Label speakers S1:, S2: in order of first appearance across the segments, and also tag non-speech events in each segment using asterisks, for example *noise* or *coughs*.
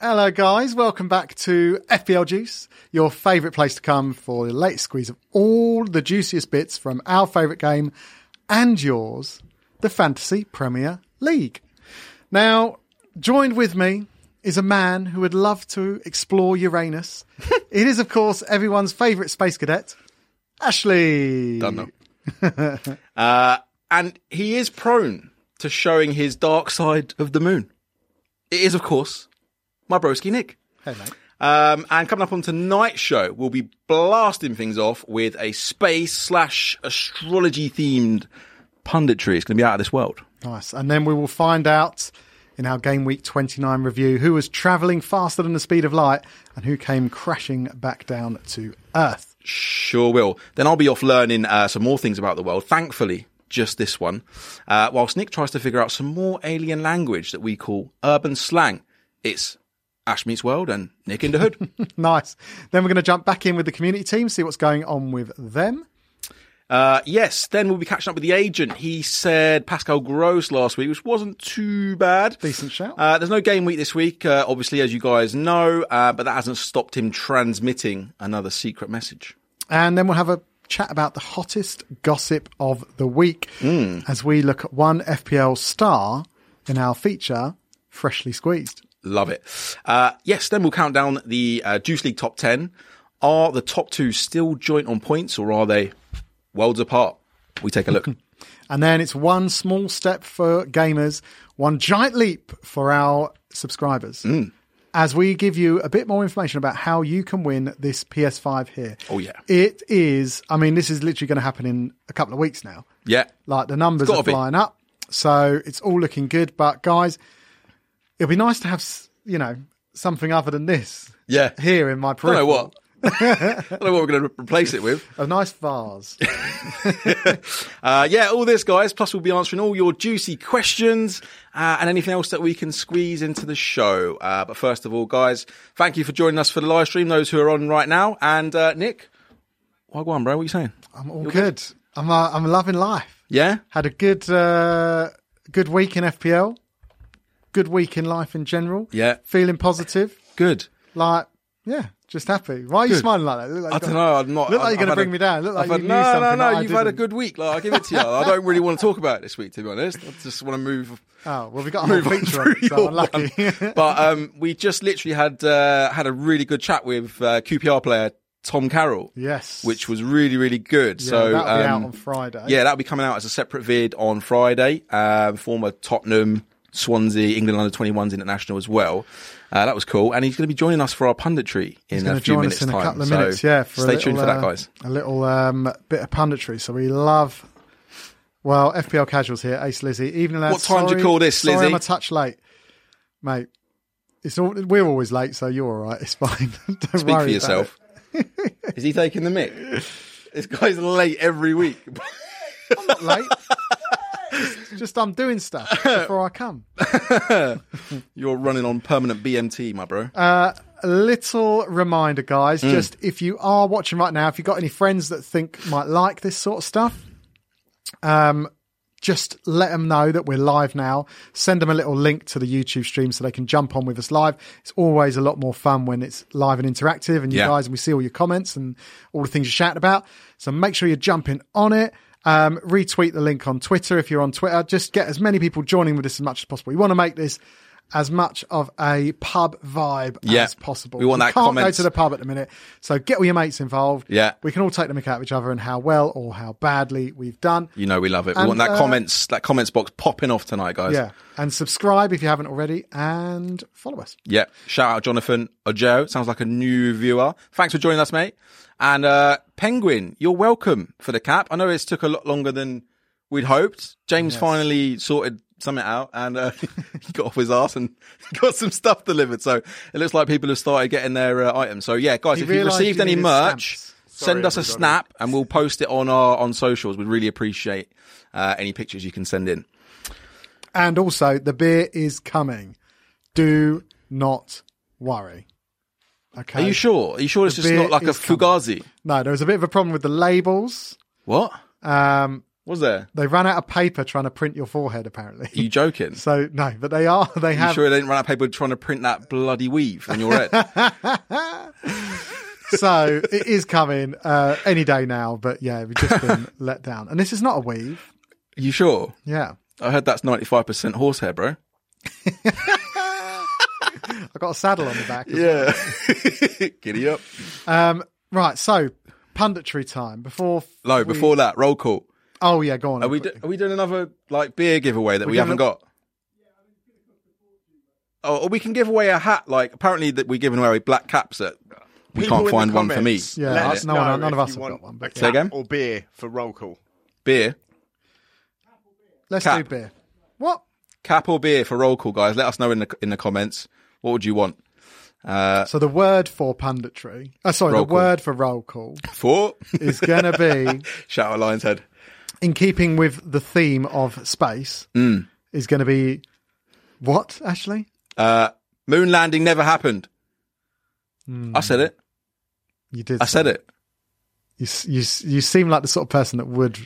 S1: Hello, guys. Welcome back to FPL Juice, your favourite place to come for the latest squeeze of all the juiciest bits from our favourite game and yours, the Fantasy Premier League. Now, joined with me is a man who would love to explore Uranus. it is, of course, everyone's favourite space cadet, Ashley.
S2: Don't know. uh, and he is prone to showing his dark side of the moon. It is, of course, my broski Nick.
S1: Hey, mate.
S2: Um, and coming up on tonight's show, we'll be blasting things off with a space slash astrology themed punditry. It's going to be out of this world.
S1: Nice. And then we will find out in our Game Week 29 review who was travelling faster than the speed of light and who came crashing back down to Earth. *laughs*
S2: Sure will. Then I'll be off learning uh, some more things about the world. Thankfully, just this one. Uh, whilst Nick tries to figure out some more alien language that we call urban slang. It's Ash meets world and Nick in the hood.
S1: nice. Then we're going to jump back in with the community team, see what's going on with them.
S2: Uh, yes, then we'll be catching up with the agent. He said Pascal Gross last week, which wasn't too bad.
S1: Decent shout.
S2: Uh, there's no game week this week, uh, obviously, as you guys know, uh, but that hasn't stopped him transmitting another secret message.
S1: And then we'll have a chat about the hottest gossip of the week as we look at one FPL star in our feature, Freshly Squeezed.
S2: Love it. Uh, yes, then we'll count down the uh, Juice League top 10. Are the top two still joint on points or are they worlds apart? We take a
S1: *laughs*
S2: look.
S1: And then it's one small step for gamers, one giant leap for our subscribers.
S2: Mm.
S1: As we give you a bit more information about how you can win this PS5 here.
S2: Oh, yeah.
S1: It is, I mean, this is literally going to happen in a couple of weeks now.
S2: yeah.
S1: Like the numbers
S2: It's gotta
S1: are
S2: be.
S1: flying up. So it's all looking good. But guys, it'll be nice to have, s- you know, something other than this
S2: Yeah. I
S1: here in my
S2: don't
S1: peripheral.
S2: know what. *laughs* I don't know what we're going to replace it with.
S1: A nice
S2: *laughs*
S1: vase.
S2: Uh, yeah, all this, guys. Plus, we'll be answering all your juicy questions uh, and anything else that we can squeeze into the show. Uh, but first of all, guys, thank you for joining us for the live stream, those who are on right now. And uh, Nick, why go on, bro? What are you saying?
S1: I'm all good. I'm, uh, I'm loving life.
S2: Yeah?
S1: Had a good uh, good week in FPL. Good week in life in general.
S2: Yeah.
S1: Feeling positive.
S2: Good.
S1: Like, yeah, just happy. Why are you smiling like that? Look like
S2: I
S1: you
S2: don't
S1: got-
S2: know. I'm not.
S1: Look like
S2: I've-
S1: you're gonna
S2: I've had
S1: bring me down. Look like
S2: I've
S1: you
S2: had-
S1: knew
S2: no,
S1: something
S2: No,
S1: that
S2: no,
S1: I
S2: You've had a
S1: didn't.
S2: good week. Like, I give it to you. I don't really want to talk about it this week, to be honest. I just want to move.
S1: Oh, well, we got a
S2: move
S1: whole
S2: on
S1: feature on
S2: through
S1: it, so
S2: your
S1: unlucky.
S2: one. but um, we just literally had uh, had a really good chat with uh, QPR player Tom Carroll.
S1: *laughs* yes.
S2: Which was really, really good.
S1: Yeah,
S2: so
S1: that'll be out
S2: um,
S1: on Friday.
S2: yeah, that'll be coming out as a separate vid on Friday. Um, former Tottenham, Swansea, England under 21s international as well. Uh, that was cool. And he's going to be joining us for our punditry in
S1: going
S2: a
S1: to
S2: few
S1: join us
S2: minutes
S1: in
S2: time.
S1: a couple of
S2: So
S1: minutes. yeah, for
S2: stay
S1: a little,
S2: tuned for that,
S1: uh,
S2: guys.
S1: A little um, bit of punditry. So we love. Well, FPL casuals here. Ace Lizzie, evening lads.
S2: What time do you
S1: Sorry-
S2: call this,
S1: Sorry,
S2: Lizzie?
S1: I'm a touch late, mate. It's all, we're always late, so you're all right. *laughs* It's fine. Don't
S2: Speak
S1: worry
S2: for
S1: about
S2: yourself. Is he taking
S1: *laughs*
S2: the mic? This guy's late every week. *laughs*
S1: it. I'm not late. *laughs* Just- Just I'm doing stuff before I come.
S2: You're running on permanent BMT, my bro.
S1: Uh, A little reminder, guys. Just if you are watching right now, if you've got any friends that think might like this sort of stuff, um, just let them know that we're live now. Send them a little link to the YouTube stream so they can jump on with us live. It's always a lot more fun when it's live and interactive, and you
S2: Yeah.
S1: guys, and we see all your comments and all the things you're shouting about. So make sure you're jumping on it. Um, retweet the link on Twitter if you're on Twitter. Just get as many people joining with us as much as possible. We want to make this as much of a pub vibe
S2: Yeah.
S1: as possible.
S2: We want
S1: You
S2: that
S1: can't
S2: comments.
S1: go to the pub at the minute, so get all your mates involved.
S2: Yeah.
S1: we can all take the mick out of each other and how well or how badly we've done.
S2: you know we love it. We
S1: and,
S2: want that
S1: uh,
S2: comments that comments box popping off tonight, guys.
S1: Yeah. And subscribe if you haven't already and follow us.
S2: Yeah. Shout out Jonathan Ojo. Sounds like a new viewer. Thanks for joining us, mate. And uh Penguin, you're welcome for the cap. I know it's took a lot longer than we'd hoped. James finally sorted something out and uh, *laughs* he got off his ass and *laughs* got some stuff delivered. So it looks like people have started getting their uh, items. So yeah, guys, if you
S1: realised
S2: received
S1: you
S2: any
S1: needed
S2: merch,
S1: stamps.
S2: send us a snap and we'll post it on our on socials. We'd really appreciate uh, any pictures you can send in.
S1: And also, the beer is coming. Do not worry. Okay.
S2: Are you sure? Are you sure it's just
S1: Uh, beer
S2: not like a
S1: is coming.
S2: fugazi?
S1: No, there was a bit of a problem with the labels.
S2: What?
S1: Um,
S2: Was there?
S1: They ran out of paper trying to print your forehead, apparently.
S2: Are you
S1: *laughs*
S2: joking?
S1: So no, but they are. They
S2: You
S1: have.
S2: sure they didn't run out of paper trying to print that bloody weave on your head?
S1: So it is coming uh, any day now. But yeah, we've just
S2: *laughs*
S1: been let down. And this is not a weave.
S2: you sure?
S1: Yeah,
S2: I heard that's 95% horsehair, bro.
S1: I got a saddle on the back.
S2: Yeah. *laughs* Giddy up.
S1: Um, right. So punditry time before.
S2: No, before that, roll call.
S1: Oh yeah, go on.
S2: Are we, do, are we doing another like beer giveaway that we
S1: giving
S2: haven't
S1: a-
S2: got? Oh, or we can give away a hat. Like apparently that we're giving away black caps that we
S3: People
S2: can't
S3: in
S2: find
S3: the
S2: one for me.
S3: comments,
S1: Yeah,
S3: let
S1: I-
S3: us
S1: no one-
S3: know
S1: none of
S3: if
S1: us have
S3: you want
S1: got one, but
S3: a
S1: Say
S2: again?
S3: cap Or beer for roll call.
S2: Beer,
S1: Let's
S2: Cap.
S1: do beer. What?
S2: cap or beer for roll call, guys. Let us know in the in the comments. What would you want? Uh,
S1: So the word for punditry. Oh, sorry,
S2: Roll
S1: the
S2: call.
S1: word for roll call
S2: for
S1: is going to be
S2: *laughs* shout out Lion's Head.
S1: in keeping with the theme of space.
S2: Mm.
S1: Is going to be what? Ashley?
S2: Uh, moon landing never happened. I said it.
S1: You did.
S2: I said it.
S1: You, s- you s- you seem like the sort of person that would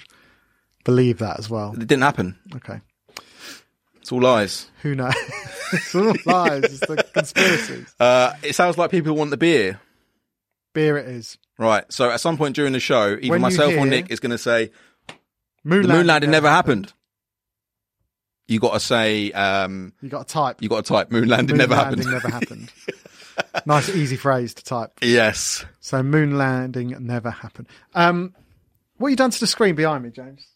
S1: believe that as well.
S2: It didn't happen.
S1: Okay.
S2: It's all lies.
S1: Who
S2: *laughs*
S1: knows? it's all lies. It's the conspiracies.
S2: Uh, it sounds like people want the beer.
S1: Beer it is.
S2: Right. So at some point during the show, either
S1: When you
S2: myself
S1: hear-
S2: or Nick is going to say
S1: Moon
S2: the moon landing never happened. You got to say um,
S1: You got to type.
S2: you got to type moon landing
S1: moon
S2: never
S1: landing
S2: happened.
S1: never
S2: *laughs*
S1: happened. nice, easy phrase to type.
S2: yes.
S1: So moon landing never happened. Um, what you done to the screen behind me, James?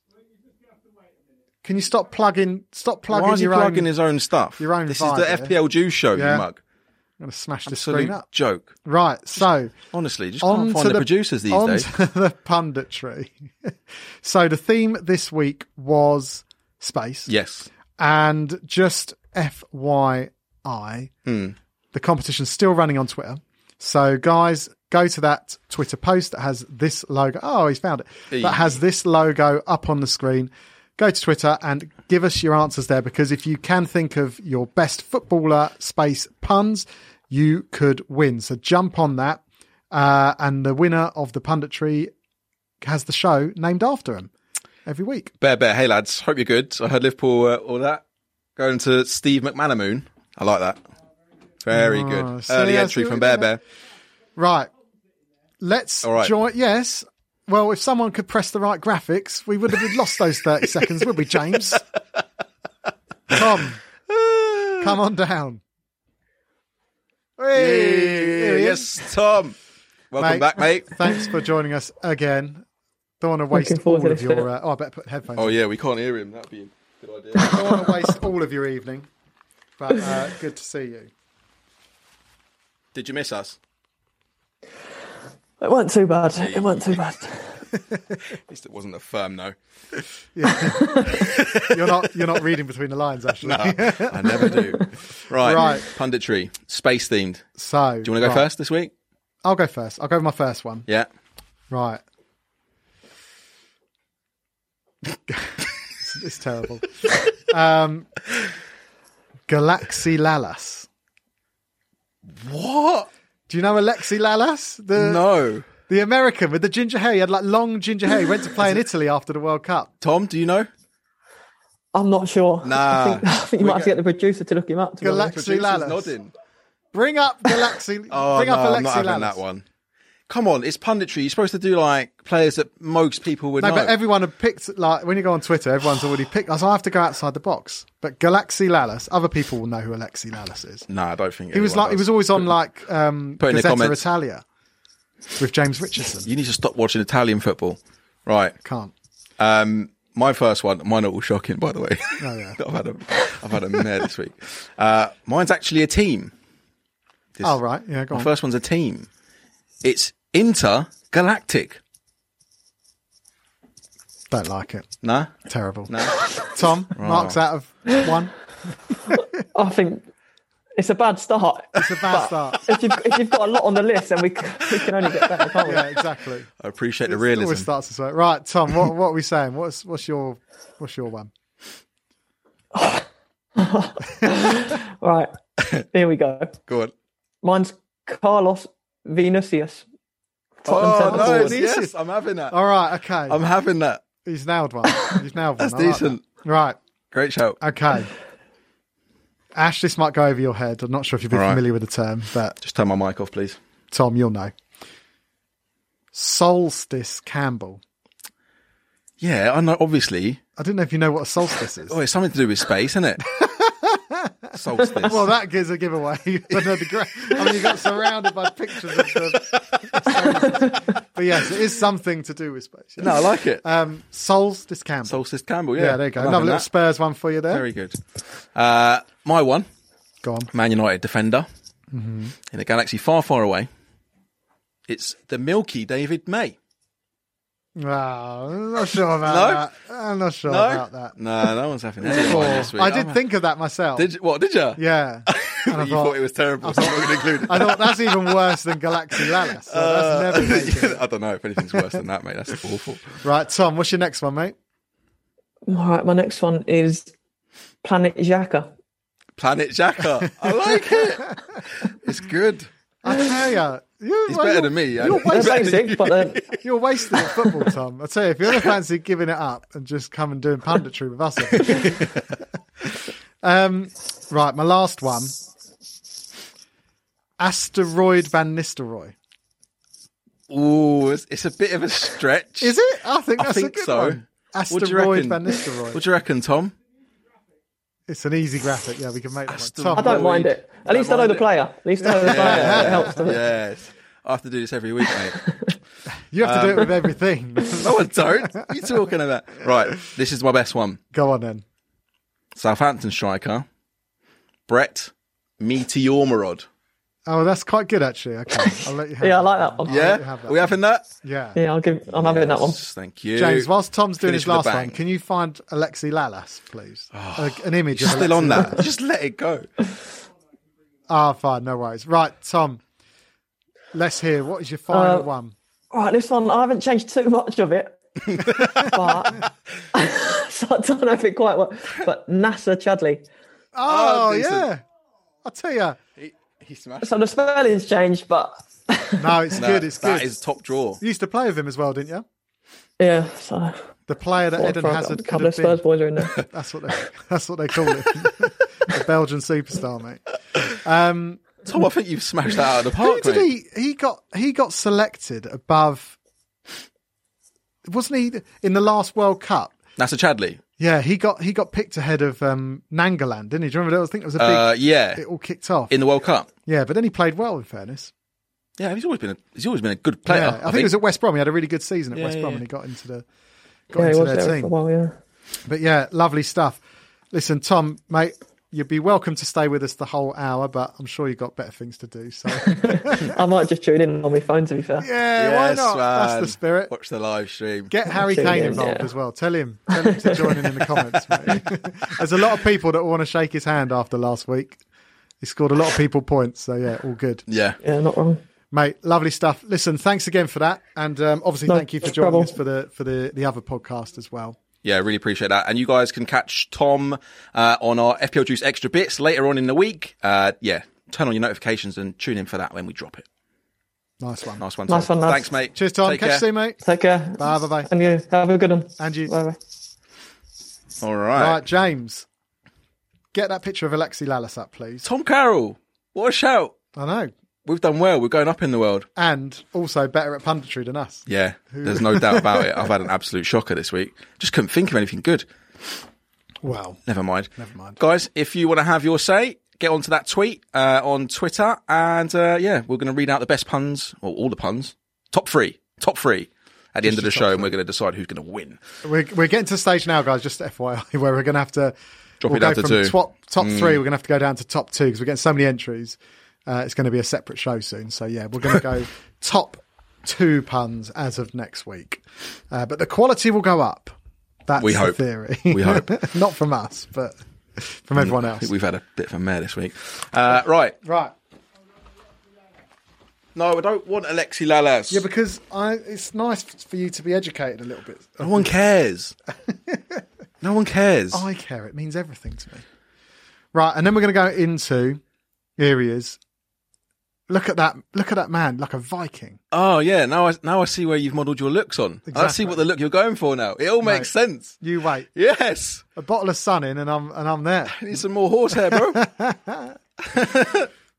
S1: Can you stop plugging? Stop plugging
S2: Why is he
S1: your
S2: plugging
S1: own.
S2: his own stuff?
S1: your own
S2: This
S1: vibe
S2: is the
S1: here.
S2: FPL Juice Show.
S1: Yeah.
S2: You mug.
S1: I'm going to smash the screen
S2: Absolute
S1: up.
S2: joke.
S1: Right. So
S2: Honestly, just
S1: on
S2: can't
S1: to
S2: find the, producers these
S1: on
S2: days.
S1: to the punditry. *laughs* so the theme this week was space.
S2: Yes.
S1: And just FYI, the competition's still running on Twitter. So, guys, go to that Twitter post that has this logo. Oh, he's found it. That has this logo up on the screen. Go to Twitter and give us your answers there because if you can think of your best footballer space puns, you could win. So, jump on that. Uh, and the winner of the punditry has the show named after him every week.
S2: Bear Bear, hey lads, hope you're good. I heard Liverpool uh, all that. Going to Steve McManamoon. I like that. Very good.
S1: Ah, see,
S2: Early
S1: I
S2: entry
S1: see
S2: from
S1: what you
S2: Bear
S1: did
S2: Bear.
S1: Right. Let's
S2: All right.
S1: join. Yes. Well, if someone could press the right graphics, we would have lost those 30 seconds, would we, James? Come. Come on down. Hey,
S2: Hey, yes, Tom. Welcome
S1: Mate.
S2: back, mate.
S1: Thanks for joining us again. Don't want to waste
S4: Looking forward
S1: all
S4: to
S1: of
S4: this
S1: your.
S4: bit.
S1: Uh, oh, I better put headphones
S2: Oh
S1: on.
S2: yeah, we can't hear him. That'd be a good idea.
S1: Don't want to waste all of your evening, but uh, good to see you.
S2: Did you miss us?
S4: It weren't too bad. It weren't too bad.
S2: At least it wasn't a firm no.
S1: You're not, you're not reading between the lines, actually.
S2: *laughs* I
S1: *laughs*
S2: never do. Right.
S1: Right.
S2: Punditry. Space themed.
S1: So,
S2: Do you want to go first this week?
S1: I'll go first. I'll go with my first one.
S2: Yeah.
S1: Right. *laughs* it's, it's terrible. um, Galaxy Lalas.
S2: What?
S1: Do you know Alexi Lalas? The,
S2: No.
S1: the American with the ginger hair. He had like long ginger hair. He went to
S2: *laughs*
S1: play in Italy after the World Cup.
S2: Tom, do you know?
S4: I'm not sure.
S2: Nah.
S4: I think, I think you might have to get the producer to look him up. To be
S1: Galac-
S4: honest.
S1: Galaxy
S2: Producer's
S1: Lalas.
S2: nodding.
S1: Bring up Galaxy.
S2: *laughs* Oh,
S1: bring
S2: no,
S1: up Alexi
S2: I'm not having
S1: Lalas.
S2: that one. Come on, it's punditry. You're supposed to do like players that most people would
S1: No,
S2: know.
S1: but everyone had picked, like, when you go on Twitter, everyone's already picked. I was like, I have to go outside the box. But Galaxy Lalas, other people will know who Alexi Lalas is.
S2: no, I don't think
S1: He was like he was always on like um,
S2: Put in the
S1: Gazzetta
S2: comments.
S1: Italia with
S2: *laughs*
S1: James Richardson.
S2: You need to stop watching Italian football, right?
S1: Can't.
S2: Um, my first one, mine are all shocking, by the way.
S1: Oh yeah.
S2: *laughs* I've had a, I've had a mare this week. Uh, mine's actually a team. This-
S1: Oh right. Yeah. Go
S2: My
S1: on.
S2: first one's a team. It's intergalactic.
S1: Don't like it.
S2: Nah,
S1: Terrible.
S2: nah. *laughs*
S1: Tom marks out of one.
S4: I think it's a bad start.
S1: It's a bad
S2: *laughs*
S1: start.
S4: if, you've, if you've got a lot on the list, then we, c- we can only get better, can't we?
S1: Yeah. Exactly.
S2: I appreciate the
S1: It always
S2: realism.
S1: starts this way. Right, Tom. What what are we saying? What's what's your what's your one?
S2: *laughs*
S4: Right. Here we go.
S2: Go on.
S4: Mine's Carlos Venusius. Tottenham
S2: Oh
S4: centre
S2: no,
S4: forward.
S2: Oh, yes, I'm having that.
S1: All right. Okay.
S2: I'm having that.
S1: He's nailed one. He's nailed one.
S2: That's
S1: I like
S2: decent.
S1: that. Right.
S2: Great shout.
S1: Okay. Ash, this might go over your head. I'm not sure if you've been
S2: All right.
S1: familiar with the term, but
S2: Just turn my mic off, please.
S1: Tom, you'll know. Solstice Campbell.
S2: Yeah, I know. Obviously,
S1: I don't know if you know what a solstice is.
S2: oh, it's something to do with space,
S1: *laughs*
S2: isn't it? Solstice.
S1: Well, that gives a giveaway. *laughs* But no, the gra- I mean, you got surrounded by pictures of the.
S2: *laughs*
S1: but yes, it is something to do with space. yeah.
S2: no, I like it.
S1: Um, Solstice Campbell.
S2: Solstice Campbell. Yeah,
S1: yeah, there you go.
S2: Loving
S1: Another little
S2: that.
S1: Spurs one for you there.
S2: Very good. Uh, my one,
S1: go
S2: *laughs*
S1: on.
S2: Man United defender
S1: Mm-hmm.
S2: in a galaxy far, far away. It's the Milky David May.
S1: Wow, I'm not sure about
S2: No?
S1: that. I'm not sure
S2: No,
S1: about that.
S2: no, no one's having that. this week.
S1: I did
S2: I'm-
S1: think of that myself.
S2: Did you, what? Did you?
S1: Yeah.
S2: you
S1: And I
S2: thought,
S1: thought,
S2: it was terrible. so I'm not going to
S1: *laughs*
S2: include it.
S1: I thought that's even worse than Galaxy Lalas. So
S2: Uh,
S1: that's never
S2: *laughs*
S1: making it.
S2: I don't know if anything's worse than that, mate. That's awful.
S1: Right, Tom, what's your next one, mate?
S4: All right, my next one is Planet Xhaka.
S2: Planet Jacker. I like it.
S1: *laughs*
S2: It's good. *laughs*
S1: I tell ya, you,
S2: He's
S1: well,
S2: better
S1: you're-
S2: than me. *laughs*
S1: You're
S4: They're
S1: wasting,
S4: basic, but they're,
S1: you're wasting at football, Tom. I tell you, if you're ever fancy giving it up and just come and doing punditry with us,
S2: *laughs*
S1: um, right, my last one. Asteroid Van Nistelrooy.
S2: Ooh, it's, it's a bit of a stretch.
S1: Is it? I think
S2: I
S1: that's
S2: think
S1: a good
S2: so.
S1: one.
S2: What do you
S1: Asteroid
S2: reckon?
S1: Van Nistelrooy.
S2: What do you reckon, Tom?
S1: It's an easy graphic. Yeah, we can make that one.
S2: Asteroid.
S1: Tom,
S4: I don't mind it. At least I know
S2: mind
S4: the
S2: it.
S4: player. At least I know the player.
S2: *laughs*
S4: It helps, doesn't it?
S2: Yes. I have to do this every week, mate. *laughs*
S1: you have to do it
S2: Um,
S1: with everything.
S2: no, I don't. What are you talking about? Right. This is my best one.
S1: Go on then.
S2: Southampton striker, Brett Meteormarod.
S1: Oh, that's quite good actually. Okay, I'll let you have.
S4: *laughs* Yeah, I
S1: that.
S4: like that one.
S2: Yeah?
S1: you have that
S2: Are we having that?
S1: Yeah.
S4: Yeah, I'll give. I'm having that one.
S2: Yes, Thank you.
S1: James, whilst Tom's doing
S2: Finish
S1: his
S2: with a
S1: last
S2: bang.
S1: one, can you find Alexi Lalas, please? A- an image.
S2: You're
S1: of
S2: still
S1: Alexi
S2: on that.
S1: *laughs* Lalas.
S2: Just let it go.
S1: Ah, fine, no worries. Right, Tom. Let's hear. What is your final
S4: Uh,
S1: one?
S4: All right, this one I haven't changed too much of it, but *laughs* so I don't know if it quite works. But NASA Chadley.
S1: Oh,
S2: decent.
S1: yeah. I tell you.
S2: He, he smashed.
S4: So the spelling's changed, but
S1: No,
S2: *laughs*
S1: it's good. It's good.
S2: That is top drawer.
S1: You used to play with him as well, didn't you?
S4: yeah. So
S1: The player that Eden
S4: for
S1: Hazard
S4: a
S1: could
S4: couple
S1: have
S4: of Spurs
S1: been.
S4: boys are in
S1: *laughs*
S4: there.
S1: That's what they. That's what they call it. *laughs* the Belgian superstar, mate. Um,
S2: Tom, I think you've smashed that out of the
S1: Who
S2: park.
S1: did
S2: mate.
S1: he? He got he got selected above. Wasn't he in the last World Cup?
S2: That's a Chadley.
S1: Yeah, he got he got picked ahead of um, Nangaland, didn't he? Do you remember that? I think it was a big.
S2: Uh, yeah,
S1: it all kicked off.
S2: in the World Cup.
S1: yeah, but then he played well. In fairness,
S2: Yeah, he's always been a he's always been a good player.
S1: yeah, I, think, it was at West Brom. He had a really good season at West Brom,
S2: yeah.
S1: and he got into the got
S4: Yeah, he
S1: into
S4: was
S1: their
S4: there
S1: team.
S4: for a while. Yeah.
S1: But yeah, lovely stuff. Listen, Tom, mate, you'd be welcome to stay with us the whole hour, but I'm sure you've got better things to do.
S4: *laughs*
S1: So yeah,
S4: I might just tune in on my phone to be fair.
S1: why
S2: Yes,
S1: not? That's the
S2: man.
S1: spirit.
S2: Watch the live stream.
S1: Get Harry
S4: Tune
S1: Kane
S4: in,
S1: involved
S4: yeah.
S1: as well. Tell him. Tell him to join in in the comments. Mate. *laughs* There's a lot of people that want to shake his hand after last week. He scored a lot of people points, so yeah, all good,
S2: yeah,
S4: Yeah, not wrong.
S1: mate. Lovely stuff. Listen, thanks again for that, and um, obviously
S4: No
S1: thank you for joining
S4: trouble.
S1: us for the for the the other podcast as well.
S2: yeah, really appreciate that. And you guys can catch Tom uh, on our FPL Juice Extra Bits later on in the week. Uh, yeah, turn on your notifications and tune in for that when we drop it.
S1: Nice one.
S2: Nice one, Tom.
S4: Nice one, lads.
S2: Thanks, mate.
S1: Cheers, Tom.
S2: Take
S1: Catch you
S2: care.
S1: soon, mate.
S4: Take care.
S1: Bye, bye, bye.
S4: And you have a good one.
S1: And you.
S4: Bye bye.
S2: All
S1: All
S2: right.
S1: right, James. Get that picture of Alexi Lalas up, please.
S2: Tom Carroll, what a shout!
S1: I know.
S2: We've done well. We're going up in the world.
S1: And also better at punditry than us.
S2: Yeah, there's no doubt about it. I've had an absolute shocker this week. Just couldn't think of anything good.
S1: Well,
S2: Never mind.
S1: Never mind.
S2: Guys, if you want to have your say, get onto that tweet uh, on Twitter. And uh, yeah, we're going to read out the best puns, or all the puns, top three, top three at the end of the show. And we're going to decide who's going to win.
S1: We're, we're getting to the stage now, guys, just FYI, where we're going to have to
S2: Drop
S1: we'll
S2: it down
S1: go
S2: to
S1: from
S2: two. Mm.
S1: Top, top three, we're going to have to go down to top two because we're getting so many entries. Uh, it's going to be a separate show soon. So, yeah, we're going to
S2: *laughs*
S1: go top two puns as of next week. Uh, but the quality will go up. That's
S2: We
S1: the
S2: hope.
S1: theory.
S2: We hope.
S1: *laughs*
S2: Mm.
S1: Not from us, but from everyone
S2: I
S1: else.
S2: think we've had a bit of a mare this week. Uh, right.
S1: Right.
S2: No, I don't want Alexi Lalas.
S1: Yeah, because I, it's nice for you to be educated a little bit.
S2: no one *laughs* cares. no one cares.
S1: I care. It means everything to me. Right, and then we're going to go into here he is. Look at that! Look at that man, like a Viking.
S2: Oh yeah, now I now I see where you've modelled your looks on. I see
S1: Exactly.
S2: what the look you're going for now. It all makes sense.
S1: You wait,
S2: Yes,
S1: a bottle of sun in, and I'm and I'm there.
S2: I need some more
S1: *laughs*
S2: horsehair, bro.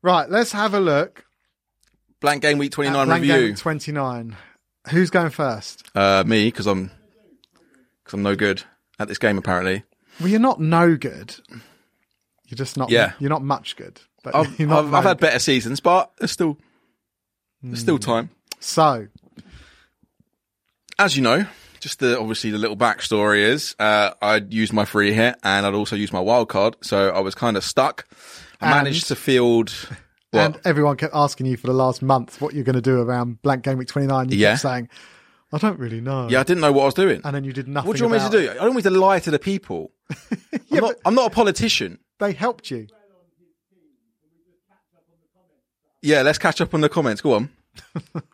S1: Right, let's have a look.
S2: Blank game week twenty nine
S1: Blank game
S2: review.
S1: twenty nine. Who's going first?
S2: Uh, me because I'm because I'm no good at this game apparently.
S1: Well, you're not no good. You're just not.
S2: Yeah.
S1: You're not much good. But *laughs* *laughs*
S2: I've,
S1: you're not
S2: I've,
S1: no
S2: I've had
S1: good.
S2: better seasons, but there's still there's still
S1: Hmm.
S2: time.
S1: so
S2: As you know, just the obviously the little backstory is uh, I'd used my free hit and I'd also used my wild card, so I was kind of stuck. I
S1: And-
S2: managed to field.
S1: *laughs*
S2: What?
S1: and everyone kept asking you for the last month what you're going to do around blank game week 29 you
S2: Yeah.
S1: kept saying i don't really know
S2: yeah, I didn't know what I was doing.
S1: and then you did nothing
S2: What do you want
S1: about
S2: me
S1: it.
S2: to do? I don't want me to lie to the people.
S1: *laughs*
S2: I'm, not, I'm not a politician.
S1: they helped you
S2: Yeah, let's catch up on the comments.
S1: *laughs*
S2: Go on.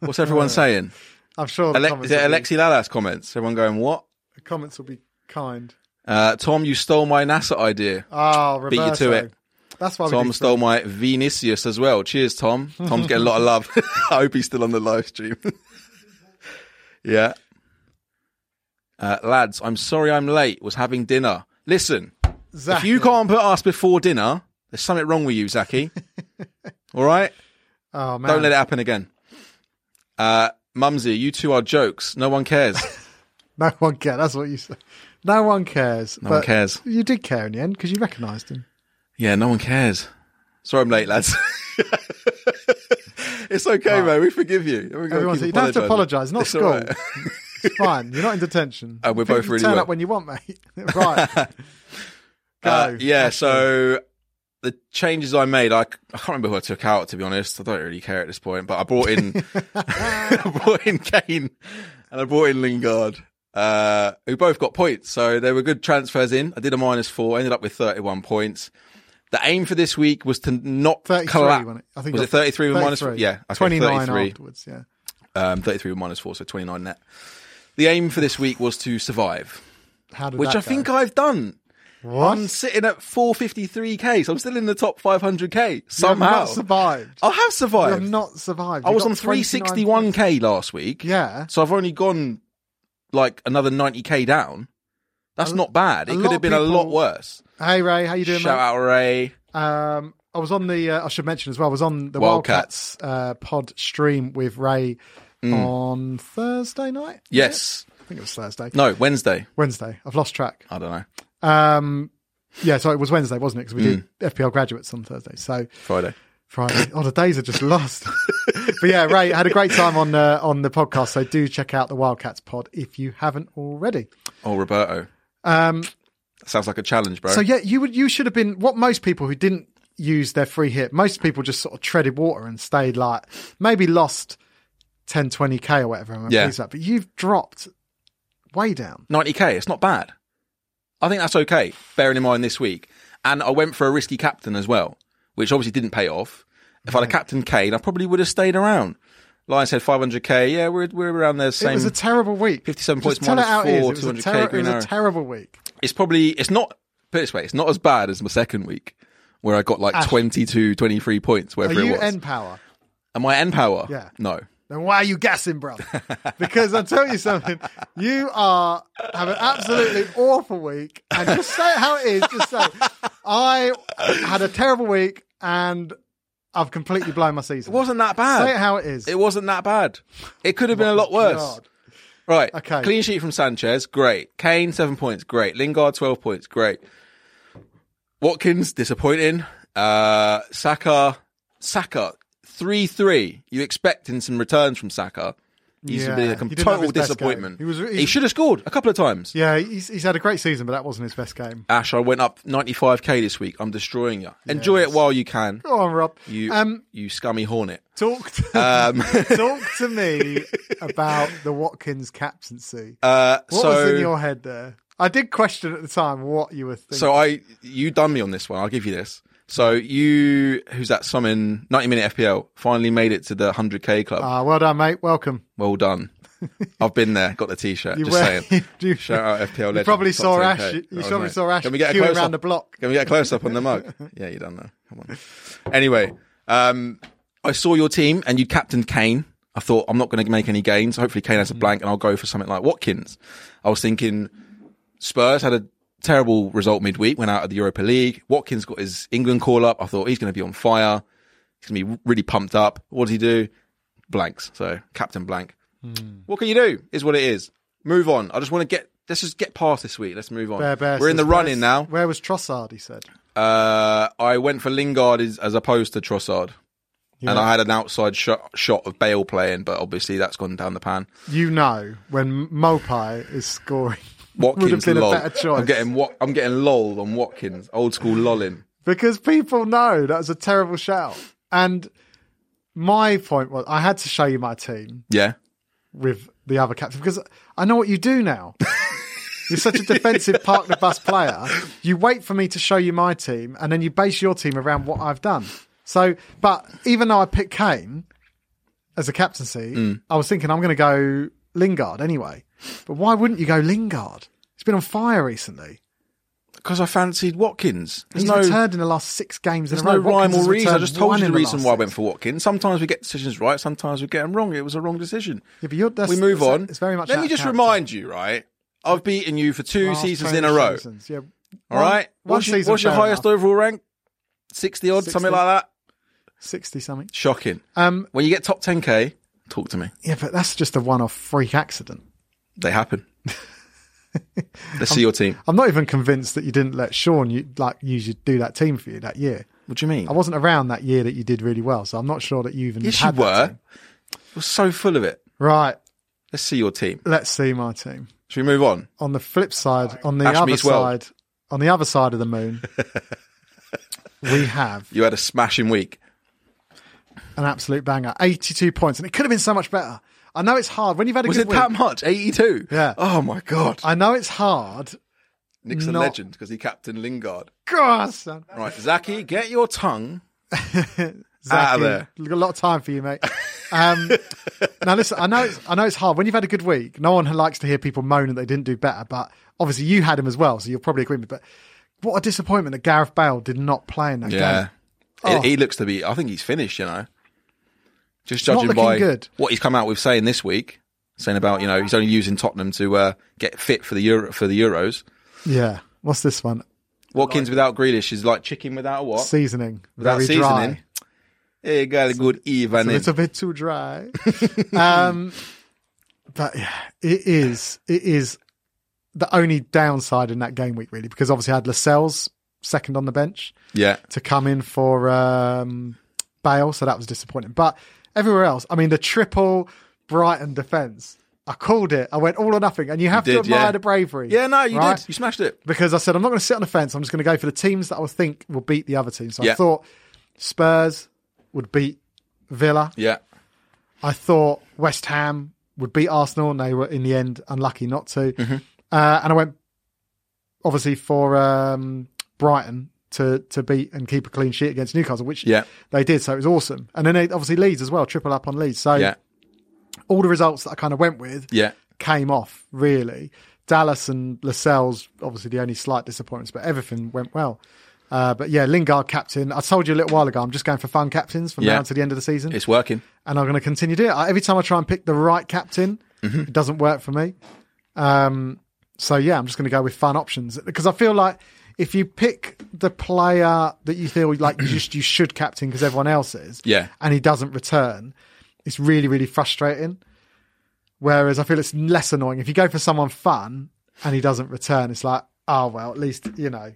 S2: What's everyone saying?
S1: i'm sure the
S2: Ale- is
S1: comments,
S2: it
S1: will
S2: Alexi Lalas comments? Everyone going, what?
S1: be, the comments will be kind
S2: Uh, Tom, you stole my NASA idea.
S1: oh
S2: Beat you
S1: Roberto.
S2: to it.
S1: that's why we
S2: Tom
S1: Oh, did
S2: stole my Venetius as well. Cheers, Tom. Tom's getting a lot of love. *laughs* I hope he's still on the live stream. *laughs* yeah. Uh, lads, I'm sorry I'm late. Was having dinner. Listen,
S1: Zach.
S2: If you can't put us before dinner, there's something wrong with you, Zaki. All right?
S1: oh man
S2: Don't let it happen again. Uh, Mumsy, you two are jokes. No one cares.
S1: no one cares that's what you said no one cares
S2: No one cares.
S1: you did care in the end because you recognized him
S2: Yeah, no one cares. Sorry I'm late, lads. *laughs* it's okay, man. We forgive you. We're gonna
S1: everyone
S2: keep
S1: said you don't have to apologize
S2: apologising.
S1: not
S2: It's all
S1: school *laughs*
S2: right.
S1: it's fine you're not in detention
S2: And we're both
S1: you
S2: really
S1: turn
S2: well.
S1: up when you want
S2: *laughs*
S1: mate *laughs* right go
S2: Uh, yeah, so the changes I made, I, c- I can't remember who I took out, to be honest. I don't really care at this point, but I
S1: *laughs*
S2: brought in, *laughs* I brought in Kane and I brought in Lingard, uh, who both got points. So they were good transfers in. I did a minus four, ended up with 31 points. The aim for this week was to not
S1: 33
S2: collapse.
S1: wasn't it? I think
S2: was
S1: I-
S2: it 33 with minus
S1: 33.
S2: four? Yeah, okay,
S1: 29
S2: 33.
S1: afterwards, yeah.
S2: Um, 33 with minus four, so 29 net. The aim for this week was to survive,
S1: How did
S2: which
S1: that
S2: I think
S1: go?
S2: I've done.
S1: What?
S2: I'm sitting at 453k, so I'm still in the top 500k
S1: You have
S2: somehow.
S1: not survived.
S2: I have
S1: You
S2: survived.
S1: have not survived.
S2: I
S1: You
S2: was
S1: got
S2: on
S1: 29 points.
S2: 361k last week.
S1: Yeah.
S2: So I've only gone like another 90k down. That's not bad.
S1: a
S2: It
S1: lot
S2: could
S1: of
S2: have been a lot
S1: people-
S2: worse.
S1: Hey Ray, how you doing?
S2: Shout out Ray.
S1: mate? Um, I was on the. Uh, I should mention as well. I was on the Wildcats,
S2: Wildcats. Mm.
S1: uh, pod stream with Ray on Thursday night.
S2: Yes.
S1: I think it was Thursday.
S2: No, Wednesday.
S1: Wednesday. I've lost track.
S2: I don't know.
S1: Um, yeah, so it was Wednesday, wasn't it?
S2: Mm.
S1: Because we did FPL graduates on Thursday. So
S2: Friday.
S1: Friday. Oh, the days are just lost. *laughs* but yeah, Ray had a great time on uh, on the podcast. So do check out the Wildcats pod if you haven't already.
S2: Oh, Roberto.
S1: Um,
S2: That sounds like a challenge, bro.
S1: so yeah, you would you should have been what most people who didn't use their free hit. Most people just sort of treaded water and stayed like maybe lost 10, 20 k or whatever. and
S2: Yeah.
S1: things like that. But you've dropped way down.
S2: 90k. It's not bad. I think that's okay, bearing in mind this week. And I went for a risky captain as well, which obviously didn't pay off. If I'd have
S1: Mm-hmm.
S2: captain Kane, I probably would have stayed around. Lion said 500k. Yeah, we're, we're around there.
S1: It
S2: Same.
S1: was a terrible week.
S2: 57
S1: Just
S2: points,
S1: tell it
S2: minus
S1: how it is.
S2: four,
S1: It was a
S2: 200K
S1: terri- it
S2: green
S1: was a
S2: arrow.
S1: terrible week.
S2: it's probably, it's not, put it this way, it's not as bad as my second week where I got like 22, 23 points,
S1: Are
S2: wherever
S1: you
S2: it was.
S1: end power?
S2: Am I end power?
S1: Yeah.
S2: No.
S1: then why are you gassing, bro? Because I'll tell you something, you are have an absolutely awful week. And just say it how it is. Just say, I had a terrible week and I've completely blown my season.
S2: It wasn't that bad.
S1: Say it how it is.
S2: It wasn't that bad. It could have been a lot worse.
S1: God.
S2: Right.
S1: Okay.
S2: Clean sheet from Sanchez. Great. Kane, seven points. Great. Lingard, 12 points. Great. Watkins, disappointing. Uh, Saka, Saka, 3 3. You expecting some returns from Saka. He's
S1: Yeah.
S2: been a
S1: He
S2: com-
S1: didn't have
S2: total
S1: his best
S2: disappointment.
S1: game. He was-
S2: he
S1: he-
S2: should have scored a couple of times.
S1: Yeah, he's, he's had a great season, but that wasn't his best game.
S2: Ash, I went up 95k this week. I'm destroying you. Enjoy it while you can.
S1: Go on, Rob.
S2: You,
S1: um,
S2: you scummy hornet.
S1: talk to,
S2: Um,
S1: *laughs* talk to me about the Watkins captaincy.
S2: uh,
S1: what
S2: so,
S1: was in your head there? I did question at the time what you were thinking.
S2: So I, you done me on this one. I'll give you this. So you, who's that? Summon 90 minute FPL finally made it to the 100k club.
S1: Ah, well done, mate. Welcome. *laughs*
S2: well done. I've been there. Got the t-shirt. Just
S1: wear- *laughs*
S2: saying.
S1: you-
S2: Shout out FPL legend.
S1: You probably
S2: top
S1: saw
S2: 10K.
S1: Ash. You
S2: That was
S1: probably
S2: me.
S1: saw Ash
S2: Can we get a
S1: queuing
S2: close
S1: around
S2: up?
S1: the block. *laughs*
S2: Can we get a close up on the mug? Yeah, you done that. Come on. Anyway, um, I saw your team and you captained Kane. I thought I'm not going to make any gains. Hopefully Kane
S1: Mm.
S2: has a blank and I'll go for something like Watkins. I was thinking Spurs had a terrible result midweek, went out of the Europa League. Watkins got his England call up. I thought he's going to be on fire. He's going to be really pumped up. What does he do? Blanks. So captain blank.
S1: Hmm.
S2: What can you do? Is what it is. Move on. I just want to get. Let's just get past this week. Let's move on.
S1: Bear, bear
S2: We're in the
S1: says,
S2: running
S1: "Where's-
S2: now.
S1: Where was Trossard? He said.
S2: Uh, I went for Lingard as, as opposed to Trossard. And I had an outside shot, shot of Bale playing, but obviously that's gone down the pan.
S1: You know when Mopai is scoring *laughs* would have
S2: Watkins,
S1: been
S2: lol.
S1: a better choice
S2: I'm getting what I'm getting lol on Watkins, old school lolling.
S1: because people know that was a terrible shout. And my point was, I had to show you my team
S2: Yeah,
S1: with the other captain because I know what you do
S2: *laughs*
S1: now. You're such a defensive park the bus player. You wait for me to show you my team, and then you base your team around what I've done. So, but even though I picked Kane as a captaincy,
S2: Mm.
S1: I was thinking I'm going to go Lingard anyway. But why wouldn't you go Lingard? He's been on fire recently.
S2: because I fancied Watkins. There's
S1: He's
S2: no
S1: returned in the last six games.
S2: there's
S1: in a
S2: no
S1: row.
S2: rhyme
S1: Watkins
S2: or
S1: has
S2: reason. I
S1: returned
S2: just told
S1: one
S2: you
S1: in
S2: the reason
S1: last
S2: why I
S1: six.
S2: went for Watkins. Sometimes we get decisions right, sometimes we get them wrong. It was a wrong decision.
S1: Yeah, but you're, that's,
S2: we move
S1: it's-
S2: on.
S1: It's very much.
S2: Let
S1: out
S2: me
S1: of
S2: just
S1: character.
S2: remind you, right? I've beaten you for two
S1: Last
S2: seasons
S1: pair
S2: in a
S1: of
S2: row.
S1: seasons, Yeah.
S2: All right.
S1: One,
S2: what's your,
S1: season
S2: what's your
S1: fair
S2: highest
S1: enough.
S2: overall rank? Sixty odd, something
S1: 60.
S2: like that.
S1: Sixty something.
S2: Shocking.
S1: Um,
S2: When you get top 10k, talk to me.
S1: Yeah, but that's just a one-off freak accident. *laughs*
S2: They happen. Let's see your team.
S1: I'm not even convinced that you didn't let Sean you, like you should do that team for you that year.
S2: What do you mean?
S1: I wasn't around that year that you did really well, so I'm not sure that you even
S2: yes, you
S1: had that
S2: were.
S1: team.
S2: You were so full of it.
S1: Right,
S2: Let's see your team.
S1: let's see my team.
S2: Should we move on?
S1: On the flip side, on the
S2: Ash
S1: other
S2: meets world.
S1: side, on the other side of the
S2: *laughs*
S1: moon, we have
S2: You had a smashing week.
S1: an absolute banger, 82 points, and it could have been so much better. I know it's hard when you've had a
S2: Was
S1: good
S2: it
S1: week.
S2: that much? 82?
S1: Yeah.
S2: Oh my God.
S1: I know it's hard.
S2: Nick's a
S1: not-
S2: legend because he captained Lingard.
S1: God, son.
S2: Right, Zaki, get your tongue.
S1: Zach,
S2: Out of
S1: you-
S2: there.
S1: We've got a lot of time for you, mate.
S2: *laughs*
S1: Um, now, listen, I know, it's, I know it's hard. When you've had a good week, no one likes to hear people moan that they didn't do better, but obviously you had him as well, so you'll probably agree with me. But what a disappointment that Gareth Bale did not play in that game. Oh.
S2: He, he looks to be, I think he's finished, you know. Just
S1: Not
S2: judging
S1: looking
S2: by
S1: good.
S2: what he's come out with saying this week, saying about, you know, he's only using Tottenham to uh, get fit for the Euro- for the Euros.
S1: Yeah. What's this one?
S2: Watkins without Grealish is like chicken without a what?
S1: Seasoning.
S2: without
S1: Very dry.
S2: Hey, got a good
S1: A
S2: evening.
S1: little bit too
S2: *laughs*
S1: dry. um, but yeah, it is. It is the only downside in that game week, really, because obviously I had Lascelles second on the bench.
S2: yeah.
S1: to come in for um, Bale, so that was disappointing. But everywhere else, I mean, the triple Brighton defence, I called it. I went all or nothing, and you have
S2: did,
S1: to admire
S2: yeah.
S1: the bravery.
S2: Yeah, no, you
S1: right?
S2: did. You smashed it.
S1: Because I said I'm not going to sit on the fence. I'm just going to go for the teams that I think will beat the other team. So
S2: Yeah.
S1: I thought Spurs would beat Villa.
S2: Yeah.
S1: I thought West Ham would beat Arsenal, and they were in the end unlucky not to.
S2: Mm-hmm.
S1: Uh, and I went obviously for um, Brighton to to beat and keep a clean sheet against Newcastle, which
S2: Yeah.
S1: they did. So it was awesome. And then they, obviously Leeds as well, triple up on Leeds. So
S2: Yeah.
S1: all the results that I kind of went with
S2: Yeah.
S1: came off really. Dallas and Lascelles, obviously the only slight disappointments, but everything went well. Uh, but yeah, Lingard captain. I told you a little while ago, I'm just going for fun captains from
S2: Yeah.
S1: now to the end of the season
S2: It's working.
S1: and I'm going to continue doing it. I- Every time I try and pick the right captain,
S2: Mm-hmm.
S1: it doesn't work for me. Um, so yeah, I'm just going to go with fun options because I feel like if you pick the player that you feel like you just you should captain because everyone else is,
S2: Yeah.
S1: and he doesn't return, it's really really frustrating. Whereas I feel it's less annoying if you go for someone fun and he doesn't return. It's like oh well, at least you know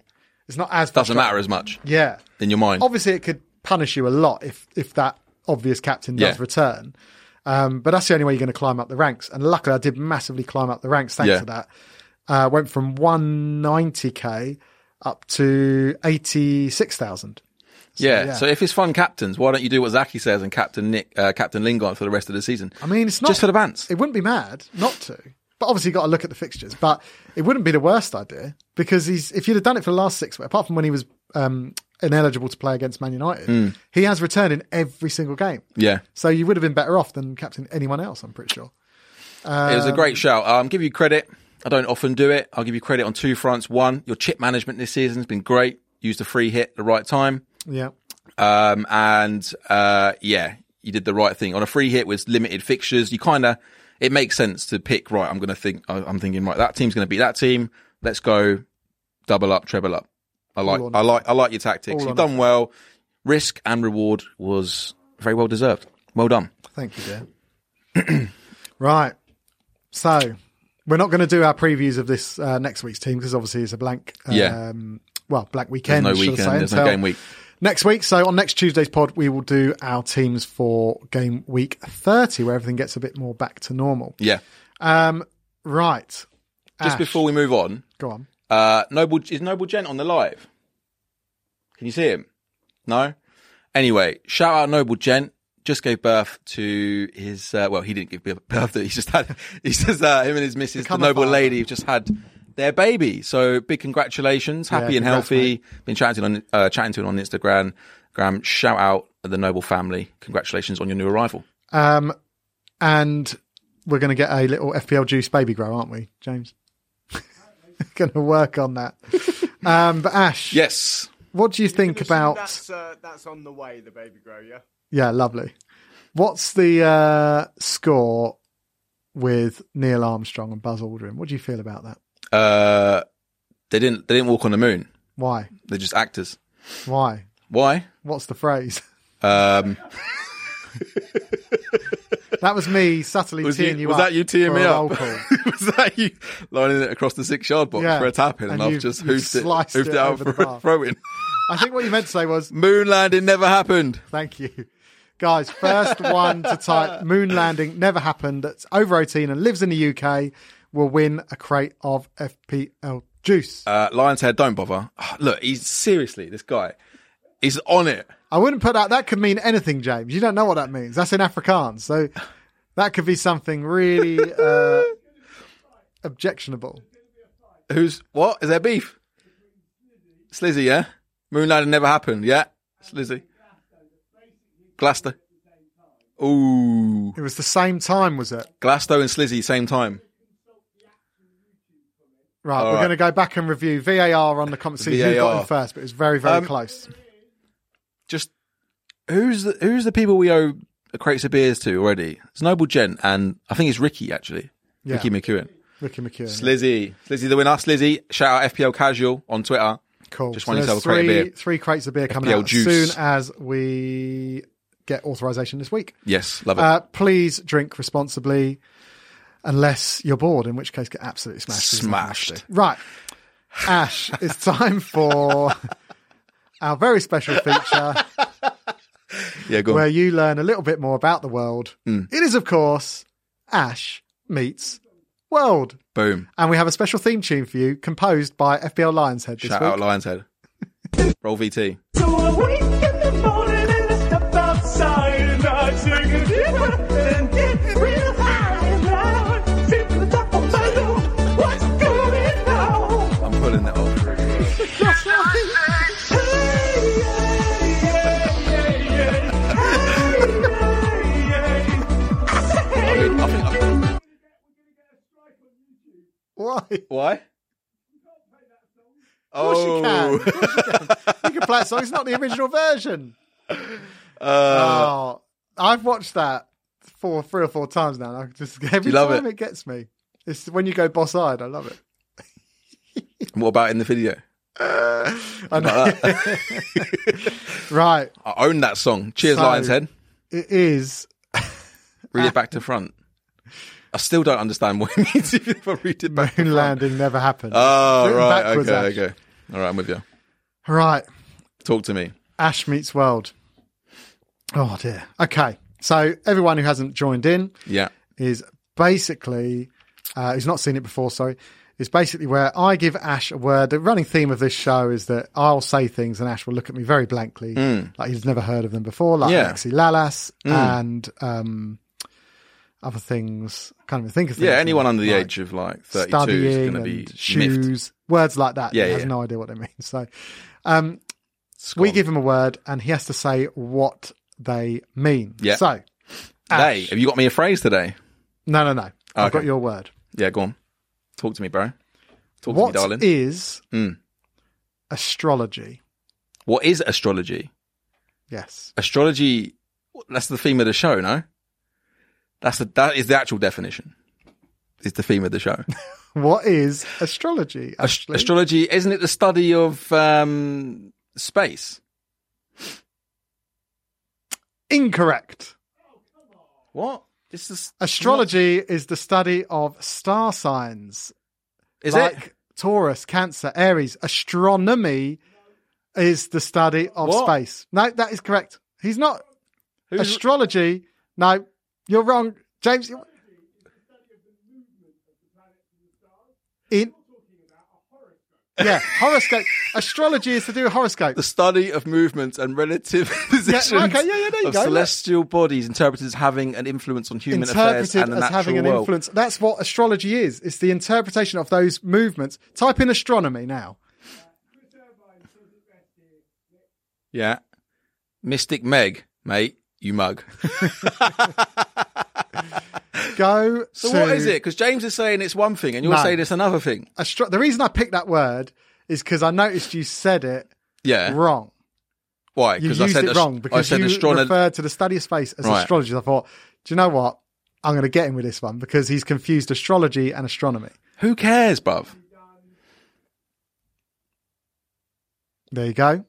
S1: it's not as
S2: Doesn't
S1: frustrating.
S2: matter as much
S1: Yeah,
S2: in your mind.
S1: obviously it could punish you a lot if if that obvious captain does
S2: Yeah.
S1: return. Um, but that's the only way you're going to climb up the ranks. And luckily, I did massively climb up the ranks thanks
S2: Yeah.
S1: to that. Uh, went from 190k up to 86,000.
S2: yeah.
S1: yeah.
S2: So if it's fun captains, why don't you do what Zaki says and captain Nick, uh, captain Lingard for the rest of the season?
S1: I mean, it's not
S2: just for the bants.
S1: It wouldn't be mad not to. But obviously, you've got to look at the fixtures. But it wouldn't be the worst idea because he's if you'd have done it for the last six, apart from when he was um, ineligible to play against Man United,
S2: Hmm.
S1: he has returned in every single game.
S2: yeah.
S1: So you would have been better off than captain anyone else, I'm pretty sure.
S2: it was a great shout. Um, give you credit. I don't often do it. I'll give you credit on two fronts. One, your chip management this season has been great. Used a free hit at the right time.
S1: Yeah.
S2: Um, and uh, yeah, you did the right thing on a free hit with limited fixtures. You kind of it makes sense to pick right. I'm going to think I- I'm thinking right. That team's going to beat that team. Let's go double up, treble up. I like
S1: or
S2: I like I like your tactics.
S1: All or
S2: You've done well. Risk and reward was very well deserved. Well done.
S1: Thank you, dear. *clears throat* right. So we're not going to do our previews of this uh, next week's team because obviously it's a blank. Um,
S2: Yeah.
S1: Well, blank weekend.
S2: no
S1: shall I
S2: weekend,
S1: say,
S2: there's no
S1: until
S2: game week.
S1: Next week. So on next Tuesday's pod, we will do our teams for game week 30, where everything gets a bit more back to normal.
S2: Yeah.
S1: Um, right.
S2: Just
S1: Ash,
S2: before we move on,
S1: Go on.
S2: Uh, Noble is Noble Gent on the live. Can you see him? No. Anyway, shout out Noble Gent. Just gave birth to his. Uh, well, he didn't give birth. *laughs* To, he's just had. He says uh, him and his missus,
S1: Become
S2: the
S1: a
S2: noble
S1: father.
S2: lady, have just had their baby. So big congratulations, happy
S1: Yeah,
S2: and
S1: congrats,
S2: healthy. Been chatting to him on uh, chatting to him on Instagram. Graham, shout out the noble family. Congratulations on your new arrival.
S1: Um, and we're going to get a little FPL juice baby grow, aren't we, James? *laughs* going to work on that. um, but Ash,
S2: Yes.
S1: what do you think
S3: Assume
S1: about?
S3: that's uh, that's on the way. The baby grow, yeah.
S1: Yeah, lovely. What's the uh, score with Neil Armstrong and Buzz Aldrin? What do you feel about that?
S2: Uh, they didn't. They didn't walk on the moon.
S1: Why?
S2: They're just actors.
S1: Why?
S2: Why?
S1: What's the phrase? *laughs*
S2: Um,
S1: That was me subtly
S2: Was,
S1: teeing
S2: you,
S1: you
S2: was
S1: up.
S2: that you teeing
S1: for
S2: me
S1: a
S2: up?
S1: roll call.
S2: *laughs* was that you lining it across the six yard box
S1: Yeah.
S2: for a tap in and,
S1: And
S2: I've
S1: you've-
S2: just
S1: you've
S2: hoofed it,
S1: sliced
S2: hoofed
S1: it
S2: it out
S1: over the
S2: for a
S1: bar.
S2: throw in?
S1: I think what you meant to say
S2: *laughs*
S1: was
S2: Moon landing never happened.
S1: Thank you. Guys, first one
S2: *laughs*
S1: to type moon landing never happened that's over 18 and lives in the UK will win a crate of FPL juice.
S2: Uh, Lion's head, don't bother. Ah, Look, he's seriously, this guy, he's on it.
S1: I wouldn't put that, that could mean anything, James. You don't know what that means. That's in Afrikaans. So that could be something really
S2: *laughs*
S1: uh, objectionable.
S2: Who's what? Is there beef? Slizzy, yeah. Moon landing never happened, yeah. Slizzy, Glaster. Ooh,
S1: It was the same time, was it?
S2: Glasto and Slizzy same time.
S1: Right, we're
S2: right.
S1: going to go back and review VAR on the comment, see who got
S2: VAR.
S1: him first, but it was very, very
S2: Um,
S1: close.
S2: just who's the, who's the people we owe crates of beers to already? It's Noble Gent and I think it's Ricky actually.
S1: Yeah.
S2: Ricky McEwen.
S1: Ricky McEwen.
S2: Slizzy. Slizzy the winner. Slizzy. Shout out FPL Casual on Twitter.
S1: Cool.
S2: Just
S1: So
S2: wanted to
S1: there's
S2: have a crate of
S1: three,
S2: beer.
S1: Three crates of beer coming
S2: FPL
S1: out
S2: juice.
S1: as soon as we get authorization this week.
S2: Yes, love it.
S1: Uh, please drink responsibly, unless you're bored, in which case get absolutely smashed. There's nothing else to
S2: Smashed.
S1: do. Right, Ash, it's time for
S2: *laughs*
S1: our very special feature
S2: yeah, go
S1: where
S2: on.
S1: you learn a little bit more about the world.
S2: Hmm.
S1: It is, of course, Ash meets world.
S2: Boom.
S1: And we have a special theme tune for you composed by FBL Lionshead this
S2: Shout
S1: week.
S2: out
S1: *laughs*
S2: Lion's Head. Roll VT.
S5: So I wake in the morning and I step outside and I take a deep breath and get real high and I sit to the top of my room. What's going on?
S2: I'm pulling that off.
S5: Hey, yeah, yeah, yeah, yeah. Hey, yeah, yeah. I said, hey,
S2: I think, I think,
S1: Why?
S2: why?
S1: Of course you can.
S2: Oh,
S1: Of course you can. You can play a song. It's not the original version.
S2: uh,
S1: oh, I've watched that four, three or four times now. and I just *laughs* every
S2: love
S1: time
S2: it?
S1: it? gets me. It's when you go boss-eyed. I love it.
S2: what about in the video?
S1: I know. right,
S2: I own that song. Cheers,
S1: So- uh,
S2: Lion's Head.
S1: it is.
S2: Read it back to front. I still don't understand what it *laughs* means if I read it back.
S1: Moon landing never happened.
S2: Oh,
S1: Written
S2: right.
S1: backwards,
S2: Okay,
S1: Ash.
S2: okay. All right, I'm with you.
S1: Right,
S2: Talk to me.
S1: Ash meets world. Oh dear. Okay, so everyone who hasn't joined in,
S2: Yeah.
S1: is basically uh, who's not seen it before. Sorry, is basically where I give Ash a word. The running theme of this show is that I'll say things and Ash will look at me very blankly, like he's never heard of them before, like
S2: Hmm. Yeah. Hmm.
S1: Alexi Lalas and um, other things. I can't even think of. Things
S2: Yeah, anyone
S1: now,
S2: under the
S1: like
S2: age of like 32 is
S1: studying
S2: going to
S1: and
S2: be
S1: shoes,
S2: miffed.
S1: words like that.
S2: Yeah,
S1: he
S2: yeah,
S1: has
S2: yeah.
S1: no idea what they mean. So
S2: Scone.
S1: we give him a word and he has to say what they mean.
S2: Yeah.
S1: So
S2: Hey, have you got me a phrase today?
S1: no, no, no. I've
S2: Okay.
S1: got your word.
S2: Yeah, go on. Talk to me, bro. Talk
S1: What
S2: to me, darling.
S1: is
S2: Mm.
S1: astrology?
S2: what is astrology?
S1: Yes.
S2: Astrology, that's the theme of the show, no? That's the, that is the actual definition. Is the theme of
S1: *laughs*
S2: the show.
S1: What is astrology?
S2: Ast-
S1: Ashley?
S2: astrology, isn't it the study of um, space?
S1: Incorrect.
S2: What? This is
S1: Astrology is the study of star signs
S2: Is
S1: like
S2: it?
S1: Taurus, Cancer, Aries. Astronomy is the study of
S2: What?
S1: space. No, that is correct. He's not
S2: Who's-
S1: astrology. No, you're wrong, James. you- In yeah, horoscope. astrology is to do with horoscope.
S2: the study of movements and relative *laughs* positions
S1: okay, yeah, yeah, there you
S2: of
S1: go, yeah.
S2: celestial bodies interpreted as having an influence on human affairs
S1: Interpreted
S2: and the
S1: as
S2: natural
S1: having an
S2: world.
S1: influence. That's what astrology is. It's the interpretation of those movements. Type in astronomy now.
S2: Yeah. Mystic Meg, mate,
S1: *laughs*
S2: you mug.
S1: Go.
S2: So
S1: to
S2: what is it? Because James is saying it's one thing and you're
S1: No.
S2: saying it's another thing.
S1: astro- the reason I picked that word is because I noticed you said it
S2: Yeah.
S1: wrong.
S2: Why?
S1: You
S2: Because
S1: used
S2: I said
S1: it
S2: ast-
S1: wrong
S2: I
S1: because
S2: said
S1: you
S2: astrolo-
S1: referred to the study of space as
S2: Right.
S1: astrology. I thought, do you know what? I'm going to get him with this one because he's confused astrology and astronomy.
S2: Who cares, bruv?
S1: There you go.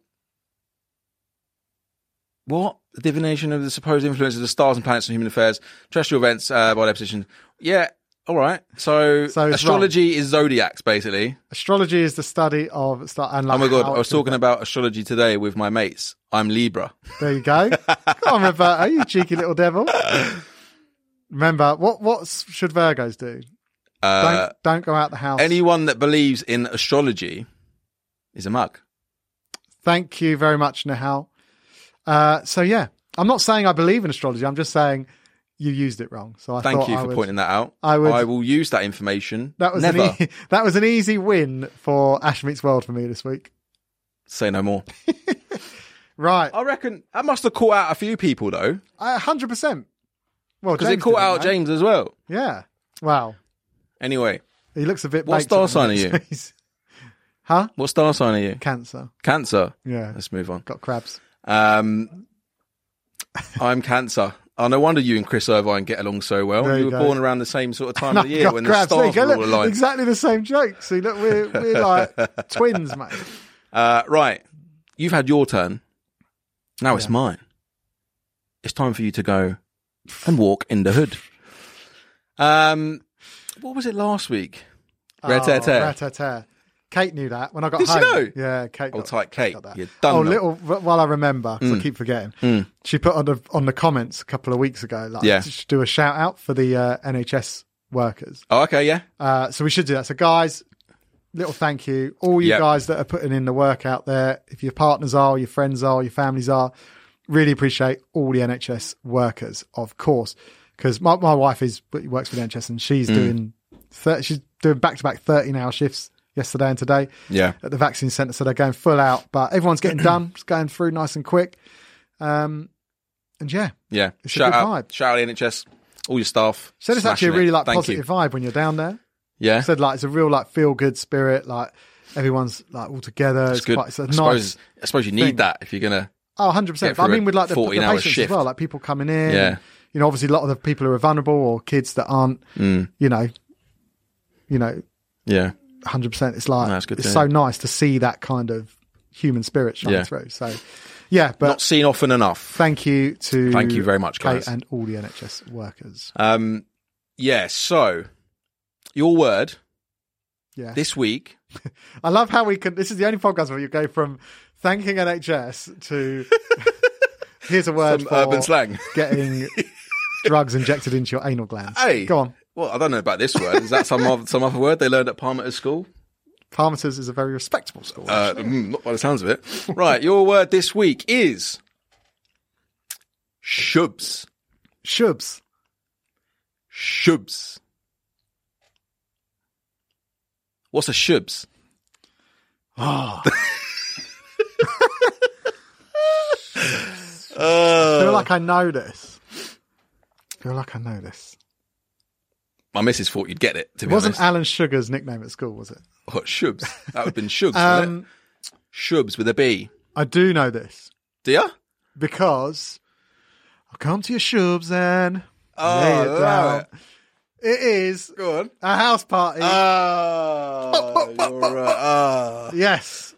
S2: What? The divination of the supposed influence of the stars and planets on human affairs, terrestrial events uh, by their position. Yeah, all right. So,
S1: So it's
S2: astrology is zodiacs, basically.
S1: Astrology is the study of star. And like
S2: Oh my god,
S1: how
S2: I was
S1: it can-
S2: talking about astrology today with my mates. I'm Libra.
S1: *laughs* There you go. Come on, Roberto, you cheeky little devil. Remember what? What should Virgos do?
S2: Uh,
S1: don't don't go out the house.
S2: anyone that believes in astrology is a mug.
S1: Thank you very much, Nahal. Uh, so yeah, I'm not saying I believe in astrology. I'm just saying you used it wrong. So I
S2: Thank
S1: thought
S2: you
S1: I
S2: for
S1: would-
S2: pointing that out.
S1: I would-
S2: I will use that information.
S1: That was
S2: never
S1: an e- *laughs* that was an easy win for Ash Meets World for me this week.
S2: say no more.
S1: Right,
S2: I reckon that must have caught out a few people though,
S1: hundred percent. Well,
S2: because it
S1: James
S2: caught
S1: didn't,
S2: out
S1: though.
S2: James as well.
S1: Yeah. Wow.
S2: Anyway,
S1: He looks a bit.
S2: What
S1: baked
S2: star
S1: at the
S2: sign
S1: minute,
S2: are you?
S1: so *laughs* he's- huh?
S2: what star sign are you?
S1: Cancer.
S2: Cancer.
S1: Yeah.
S2: Let's move on.
S1: Got
S2: *laughs*
S1: crabs.
S2: Um, I'm Cancer. Oh, no wonder you and Chris Irvine get along so well.
S1: There you
S2: you were
S1: go.
S2: born around the same
S1: *laughs*
S2: sort of time of the year
S1: Got
S2: when
S1: crabs. There
S2: the
S1: you go.
S2: stars were all
S1: Look,
S2: aligned.
S1: exactly the same joke. See, look, we're we're
S2: *laughs*
S1: like twins, mate.
S2: Uh, right. You've had your turn. Now it's mine. It's time for you to go and walk in the hood. Um, what was it last week? Rat-a-tat.
S1: Oh, rat-a-tat. Kate knew that when I got
S2: Did she
S1: home.
S2: know?
S1: Yeah, Kate.
S2: Old
S1: got-
S2: tight Kate.
S1: got that.
S2: You're done. Mm.
S1: oh,
S2: now.
S1: little while I remember, 'cause I keep forgetting. She put on the on the comments a couple of weeks ago, like,
S2: Yeah.
S1: to sh- do a shout out for the uh, NHS workers.
S2: Oh, okay, yeah.
S1: Uh, so we should do that. So guys, little thank you, all you
S2: Yep.
S1: guys that are putting in the work out there. If your partners are, your friends are, your families are, really appreciate all the NHS workers, of course, because my my wife is works for the NHS and she's
S2: Mm.
S1: doing thir she's doing back to back thirteen hour shifts yesterday and today
S2: Yeah.
S1: at the vaccine centre, so they're going full out. But everyone's getting
S2: *clears throat*
S1: done, it's going through nice and quick. Um, and yeah,
S2: Yeah.
S1: It's a
S2: Shout
S1: good
S2: out.
S1: vibe.
S2: Shout out the NHS. All your staff.
S1: so it's
S2: Smashing
S1: actually a really
S2: it.
S1: like
S2: Thank
S1: positive
S2: You.
S1: vibe when you're down there.
S2: Yeah.
S1: said like it's a real like feel good spirit, like everyone's like all together. It's,
S2: it's good.
S1: quite it's a
S2: I,
S1: nice.
S2: suppose, I suppose you need
S1: thing.
S2: that if you're going to.
S1: Oh, 100
S2: Yeah,
S1: percent.
S2: for
S1: I mean,
S2: a
S1: with like the, the
S2: 14-hour
S1: patients
S2: shift.
S1: as well, like people coming in.
S2: Yeah.
S1: and, you know, obviously a lot of the people who are vulnerable or kids that aren't.
S2: Mm.
S1: You know, you know,
S2: Yeah.
S1: 100. percent It's like
S2: No, it's good to
S1: it's so
S2: hear.
S1: nice to see that kind of human spirit shine
S2: Yeah.
S1: through. So, yeah, but
S2: Not seen often enough.
S1: thank you to
S2: Thank you very much,
S1: Kate
S2: guys.
S1: and all the NHS workers.
S2: Um, yeah. So, your word
S1: Yeah,
S2: this week
S1: I love how we can. This is the only podcast where you go from thanking NHS
S2: *laughs*
S1: to here's a word
S2: Some
S1: for
S2: urban slang. *laughs*
S1: getting drugs injected into your anal glands.
S2: Hey,
S1: go on.
S2: Well, I don't know about this word. Is that some other, some other word they learned at Palmer at school?
S1: Palmer's is a very respectable school.
S2: Uh, mm, not by the sounds of it. Right, your word this week is shubs.
S1: Shubs.
S2: Shubs. What's a shubs?
S1: Ah.
S2: *laughs* uh,
S1: I feel like I know this. I feel like I know this.
S2: My missus thought you'd get it. To
S1: It
S2: be
S1: wasn't
S2: honest,
S1: Alan Sugar's nickname at school, was it?
S2: oh, shubs. That would have been shubs. wouldn't it?
S1: Um,
S2: Shubs with a B.
S1: I do know this.
S2: Do ya?
S1: because I'll come to your shubs and
S2: Oh,
S1: lay it
S2: allow
S1: down. It is
S2: Go on.
S1: a house party.
S2: Uh, Ah, you're right. Ah.
S1: yes.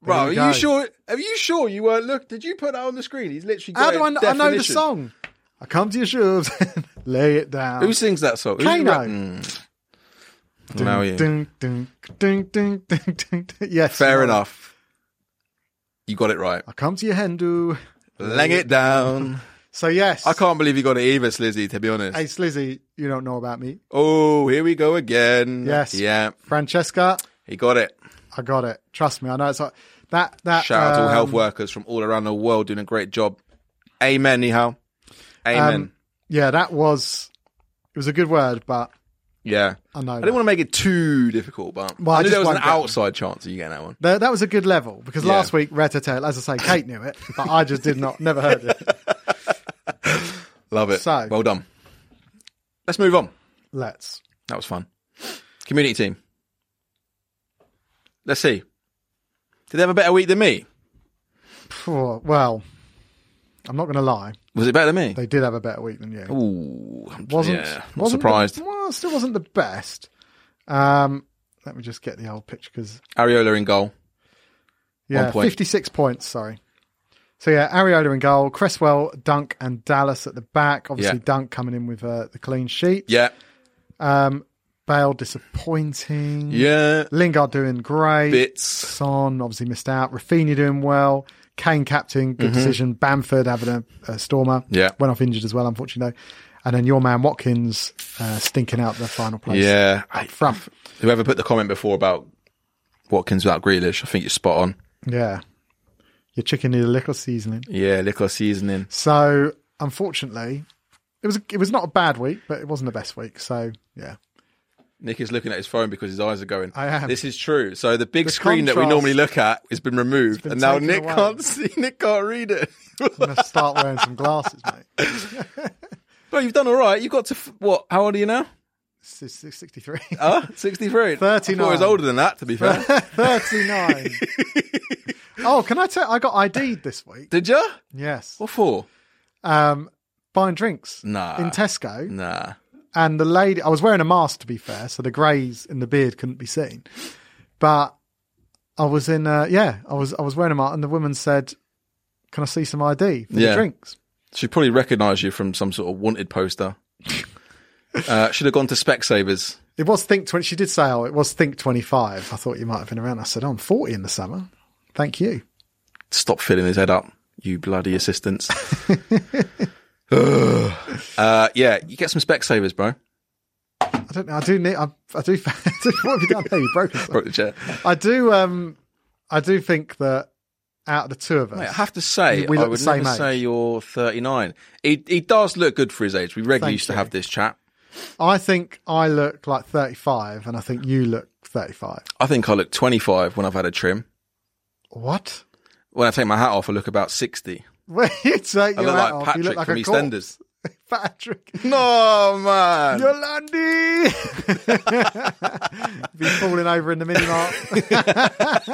S2: Bro, are
S1: we
S2: you
S1: go.
S2: sure? Are you sure you weren't look? Did you put that on the screen? He's literally. Got
S1: How
S2: a
S1: do I, kn- I know the
S2: definition.
S1: song? I come to your shubs and *laughs* lay it down.
S2: Who sings that song? Who's
S1: Kano.
S2: ra- Mm. No, yeah.
S1: Dun, dun, dun, dun, dun, dun, dun. Yes.
S2: Fair
S1: no.
S2: enough. You got it right.
S1: I come to your Hindu.
S2: Lang it down.
S1: So yes,
S2: I can't believe you got it either, Slizzy, to be honest.
S1: Hey Slizzy, you don't know about me.
S2: Oh, here we go again.
S1: Yes.
S2: Yeah,
S1: Francesca,
S2: he got it.
S1: I got it. Trust me, I know it's like that. That
S2: Shout out to all
S1: um,
S2: health workers from all around the world doing a great job. Amen, Nihal. Amen.
S1: um, yeah, that was. It was a good word, but
S2: yeah.
S1: I know
S2: I
S1: that.
S2: didn't want to make it too difficult, but
S1: Well, I
S2: I knew
S1: just
S2: there was an
S1: won't get them.
S2: outside chance of you getting that one.
S1: Th- that was a good level because
S2: Yeah.
S1: last week Ratatouille, as I say, Kate knew it, but I just did not, never heard
S2: *laughs*
S1: it.
S2: Love it.
S1: So-
S2: well done. Let's move on.
S1: Let's.
S2: That was fun. Community team. Let's see. Did they have a better week than me?
S1: Phew, Well, I'm not going to lie.
S2: Was it better than me?
S1: They did have a better week than you.
S2: Ooh, I'm-
S1: wasn't
S2: yeah, not
S1: wasn't the-
S2: surprised.
S1: well, still wasn't the best. Um, let me just get the old picture because
S2: Ariola in goal.
S1: yeah,
S2: One point.
S1: fifty six points. Sorry. So yeah, Ariola in goal, Cresswell, Dunk, and Dallas at the back. Obviously,
S2: Yeah.
S1: Dunk coming in with uh, the clean sheet.
S2: Yeah,
S1: Bale disappointing.
S2: yeah.
S1: Lingard doing great.
S2: Bits.
S1: Son obviously missed out. Rafinha doing well. Kane captain, good decision. Bamford having a, a stormer.
S2: Mm-hmm. Yeah.
S1: went off injured as well, unfortunately. though. And then your man Watkins uh, stinking out the final place.
S2: Yeah. I-
S1: front.
S2: Whoever put the comment before about Watkins without Grealish, I think you're spot on.
S1: Yeah. Your chicken needed a little seasoning.
S2: Yeah, liquor seasoning.
S1: So unfortunately, it was it was not a bad week, but it wasn't the best week. So yeah.
S2: Nick is looking at his phone because his eyes are going.
S1: I am.
S2: This is true. So the big
S1: The
S2: screen that we
S1: contrast-
S2: normally look at has been removed,
S1: been
S2: and now
S1: taken
S2: Nick
S1: away.
S2: can't *laughs* see. Nick can't read it. *laughs*
S1: I'm gonna start wearing some glasses, mate.
S2: Bro, you've done all right. You got to f- what? How old are you now?
S1: This is *laughs* 63.
S2: Uh, 63.
S1: 39.
S2: I thought it was older than that, to be
S1: *laughs*
S2: fair. *laughs*
S1: 39. oh, can I tell I got ID'd this week.
S2: Did you?
S1: Yes.
S2: What for?
S1: Um buying drinks
S2: Nah.
S1: in Tesco.
S2: Nah.
S1: and the lady I was wearing a mask to be fair, so the greys and the beard couldn't be seen. But I was in uh, yeah, I was I was wearing a mask and the woman said, Can I see some ID for
S2: Yeah.
S1: the drinks?
S2: She probably recognised you from some sort of wanted poster. *laughs* uh, should have gone to Specsavers.
S1: It was Think twenty she did say, Oh, it was Think twenty five. I thought you might have been around. I said, oh, I'm forty in the summer. Thank you.
S2: Stop filling his head up, you bloody assistants.
S1: *laughs*
S2: Ugh. uh, yeah, you get some Specsavers, bro.
S1: I don't know, I do need I, I do *laughs* what have you done there? You broke
S2: Broke
S1: us.
S2: the chair.
S1: I do um I do think that out of the two of us
S2: Mate, I have to say,
S1: We
S2: I
S1: look the
S2: would
S1: same
S2: never
S1: age.
S2: say you're 39. He, he does look good for his age. We
S1: Thank
S2: regularly used to
S1: you.
S2: have this chat.
S1: I think I look like thirty five and I think you look thirty five.
S2: I think I look 25 when I've had a trim.
S1: What?
S2: When I take my hat off, I look about 60.
S1: *laughs* When you take
S2: I
S1: your hat
S2: look like
S1: off, you
S2: Patrick
S1: look like
S2: from
S1: a
S2: EastEnders.
S1: corpse. *laughs* Patrick.
S2: No, man.
S1: Yolandi! *laughs* Be falling over in the mini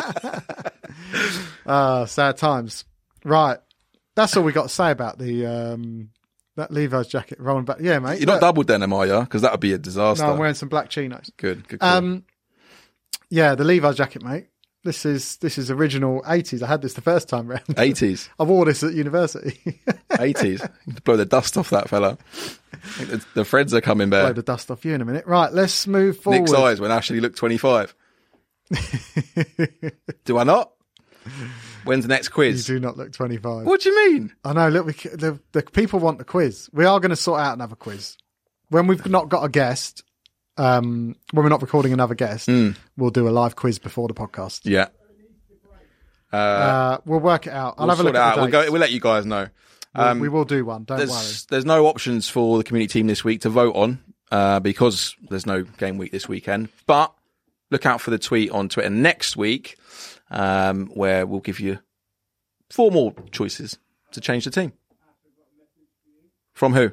S1: mart. *laughs* Ah, sad times. Right. That's all we got to say about the um, that Levi's jacket rolling back. Yeah, mate.
S2: You're not
S1: Look,
S2: double denim, are you? Because that would be a disaster.
S1: No, I'm wearing some black chinos.
S2: Good, good. call.
S1: Um, yeah, the Levi's jacket, mate. This is this is original 80s. I had this the first time round.
S2: 80s,
S1: *laughs* I wore this at university. *laughs*
S2: 80s. You *laughs* could Blow the dust off that fella. The, the threads are coming
S1: blow
S2: back.
S1: the dust off you in a minute. Right, let's move forward.
S2: Nick's eyes when Ashley looked 25.
S1: *laughs*
S2: do I not? When's the next
S1: You
S2: quiz?
S1: do not look 25.
S2: What do you mean?
S1: I know. Look, we, c- the, the people want the quiz. We are going to sort out another quiz when we've not got a guest. Um, when we're not recording another guest,
S2: Hmm.
S1: we'll do a live quiz before the podcast.
S2: Yeah.
S1: Uh, we'll work it out. I'll
S2: We'll
S1: have a
S2: sort
S1: look at
S2: it out.
S1: the
S2: We'll, go,
S1: dates.
S2: we'll let you guys know.
S1: We'll- we will do one. Don't worry.
S2: There's, there's no options for the community team this week to vote on uh, because there's no game week this weekend. But look out for the tweet on Twitter next week um, where we'll give you four more choices to change the team. From who?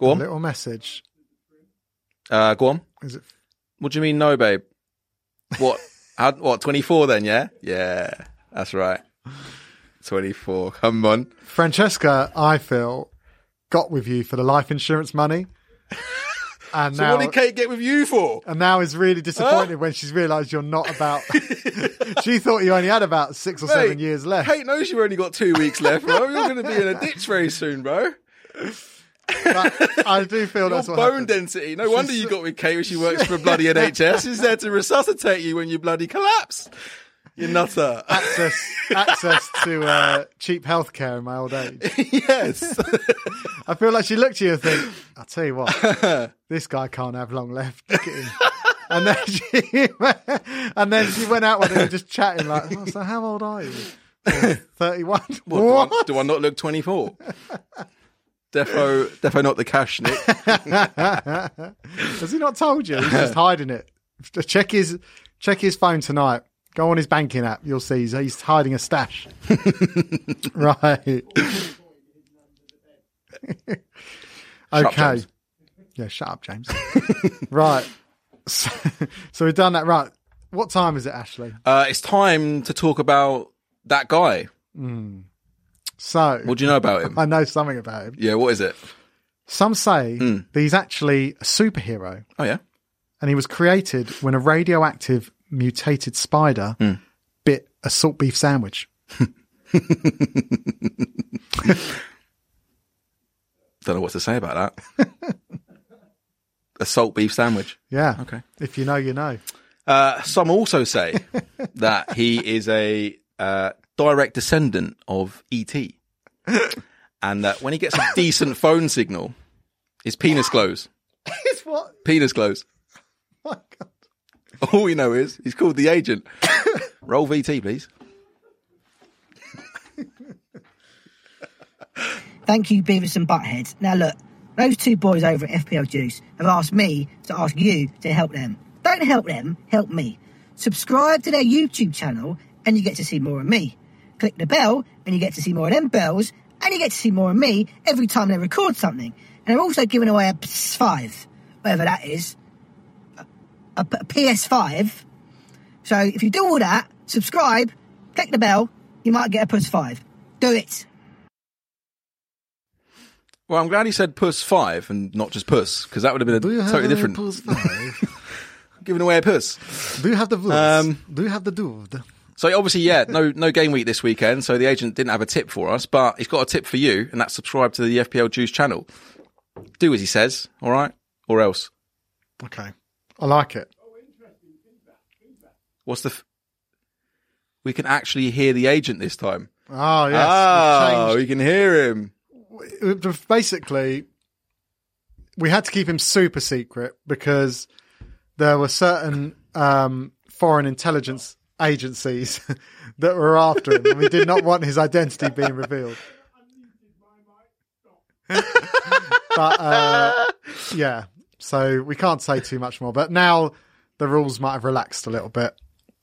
S2: Go
S1: A
S2: on.
S1: little message.
S2: Uh, go on.
S1: Is it? *laughs*
S2: What do you mean, no, babe? What? How, what? Twenty-four? Then, yeah, yeah. That's right. 24. Come on.
S1: Francesca, I feel, got with you for the life insurance
S2: *laughs*
S1: money. And
S2: So
S1: now, Uh,
S2: what did Kate get with you for?
S1: and now is really disappointed when she's realised you're not about. she thought you only had about six or seven
S2: Mate,
S1: years left.
S2: Kate knows you've only got two weeks left, bro. You're going to be in a ditch very soon, bro.
S1: But I do feel
S2: Your
S1: that's what
S2: bone
S1: happened.
S2: density. No wonder you got with
S1: *laughs*
S2: Kate when she works for bloody NHS. She's there to resuscitate you when you bloody collapse. You nutter.
S1: Uh, access access to uh, cheap healthcare in my old age.
S2: *laughs*
S1: *laughs*
S2: yes.
S1: I feel like she looked at you and think, I'll tell you what, this guy can't have long left. Look at him. And then *laughs* she and then she went out one day and just chatting like, oh, so how old are you? Thirty one.
S2: What, do I- Do, I, not look 24? Defo, defo not the cash, Nick.
S1: Has he not told you? He's
S2: *laughs*
S1: just hiding it. Check his check his phone tonight. Go on his banking app. You'll see he's, he's hiding a
S2: *laughs*
S1: stash. right.
S2: up,
S1: okay.
S2: James.
S1: yeah, shut up, James. right. So, so we've done that. Right. What time is it, Ashley?
S2: Uh, it's time to talk about that guy.
S1: So
S2: What do you know about him?
S1: I know something about him.
S2: Yeah, what is it?
S1: Some say
S2: Hmm.
S1: that he's actually a superhero.
S2: Oh, yeah.
S1: and he was created when a radioactive mutated spider
S2: Hmm.
S1: bit a salt beef sandwich.
S2: Don't know what to say about
S1: *laughs*
S2: that. a salt beef sandwich.
S1: Yeah.
S2: Okay.
S1: If you know, you know.
S2: Uh, some also say that he is a uh, direct descendant of ET, and that when
S1: *laughs*
S2: he gets a decent phone signal, his penis glows.
S1: *laughs* It's what?
S2: Penis glows. *laughs*
S1: My God.
S2: All we know is he's called
S1: *laughs*
S2: the agent. Roll VT, please.
S6: Thank you, Beavis and Butthead. Now look, those two boys over at FPL Juice have asked me to ask you to help them. Don't help them, help me. Subscribe to their YouTube channel and you get to see more of me. Click the bell and you get to see more of them bells and you get to see more of me every time they record something. And they're also giving away a PS5, whatever that is. A, a- a PS5. So if you do all that, subscribe, click the bell, you might get a PS5. Do it.
S2: Well, I'm glad he said puss five and not just puss, because that would have been a
S1: Do you have
S2: totally
S1: the
S2: different. *laughs*
S1: pulse five?
S2: Giving away a puss.
S1: Do you have the voice?
S2: Um,
S1: Do you have the dude?
S2: So obviously, yeah, no, no game week this weekend. So the agent didn't have a tip for us, but he's got a tip for you, and that's subscribe to the FPL Juice channel. Do as he says, all right, or else.
S1: Okay. I like it.
S2: What's the? F- we can actually hear the agent this time.
S1: Oh, yes.
S2: oh,
S1: We've
S2: we can hear him.
S1: changed- we've Basically, we had to keep him super secret because there were certain um, foreign intelligence agencies *laughs* that were after him. And we did not want his identity being revealed. *laughs* but uh, yeah, so we can't say too much more. But now the rules might have relaxed a little bit,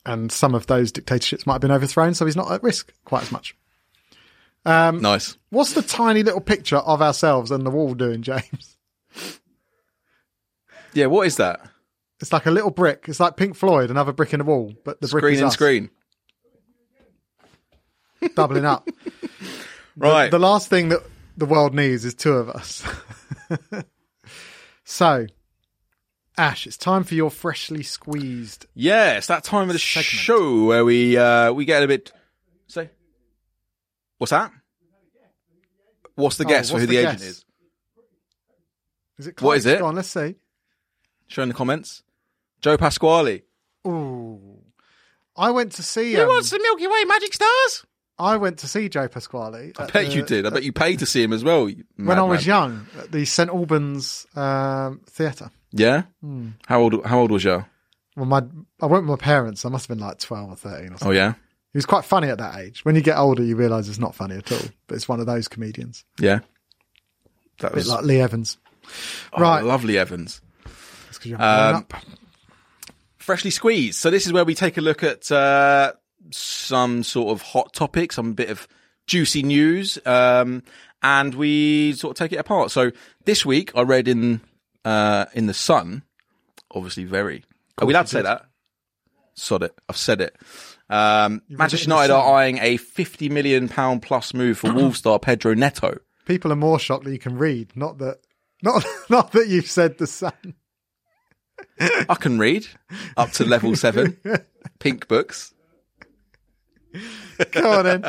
S1: and some of those dictatorships might have been overthrown, so he's not at risk quite as much. Um,
S2: Nice.
S1: What's the tiny little picture of ourselves and the wall doing, James?
S2: Yeah. What is that?
S1: It's like a little brick. It's like Pink Floyd, another brick in the wall, but the brick
S2: Screen
S1: is
S2: and
S1: us,
S2: screen.
S1: *laughs* doubling up.
S2: *laughs* Right.
S1: The last thing that the world needs is two of us. *laughs* so, Ash, it's time for your freshly squeezed.
S2: yeah, it's that time of the
S1: Segment.
S2: show where we uh we get a bit. Say, what's that? What's the guess
S1: Oh,
S2: for
S1: what's
S2: who the, agent
S1: guess?
S2: is?
S1: Is it?
S2: What is
S1: Clark?
S2: it?
S1: Go on, let's see.
S2: Show in the comments. Joe Pasquale.
S1: Ooh, I went to see.
S2: Who
S1: um,
S2: wants the Milky Way magic stars?
S1: I went to see Joe Pasquale.
S2: I bet you did. I bet you paid to see him as well. you
S1: Uh, *laughs* when I was
S2: madman.
S1: young at the St Albans um, Theatre.
S2: Yeah.
S1: Hmm.
S2: How old? How old was you?
S1: Well, my I went with my parents. I must have been like twelve or thirteen. Or something.
S2: Oh yeah.
S1: He was quite funny at that age. When you get older, you realise it's not funny at all. But it's one of those comedians,
S2: Yeah. That
S1: a bit
S2: was
S1: like Lee Evans.
S2: oh, Um,
S1: right.
S2: lovely Evans.
S1: That's 'cause you haven't grown up.
S2: Freshly squeezed. So this is where we take a look at uh, some sort of hot topic, some bit of juicy news, um, and we sort of take it apart. So this week I read in uh, in the Sun, obviously very. Are we allowed to say that? sod it. I've said it. Um, Manchester
S1: written
S2: United are eyeing a 50 million pound plus move for Wolves star Pedro Neto.
S1: People are more shocked that you can read, not that, not *laughs* not that you've said the same.
S2: I can read up to level seven, pink books.
S1: Go on
S2: *laughs*
S1: in.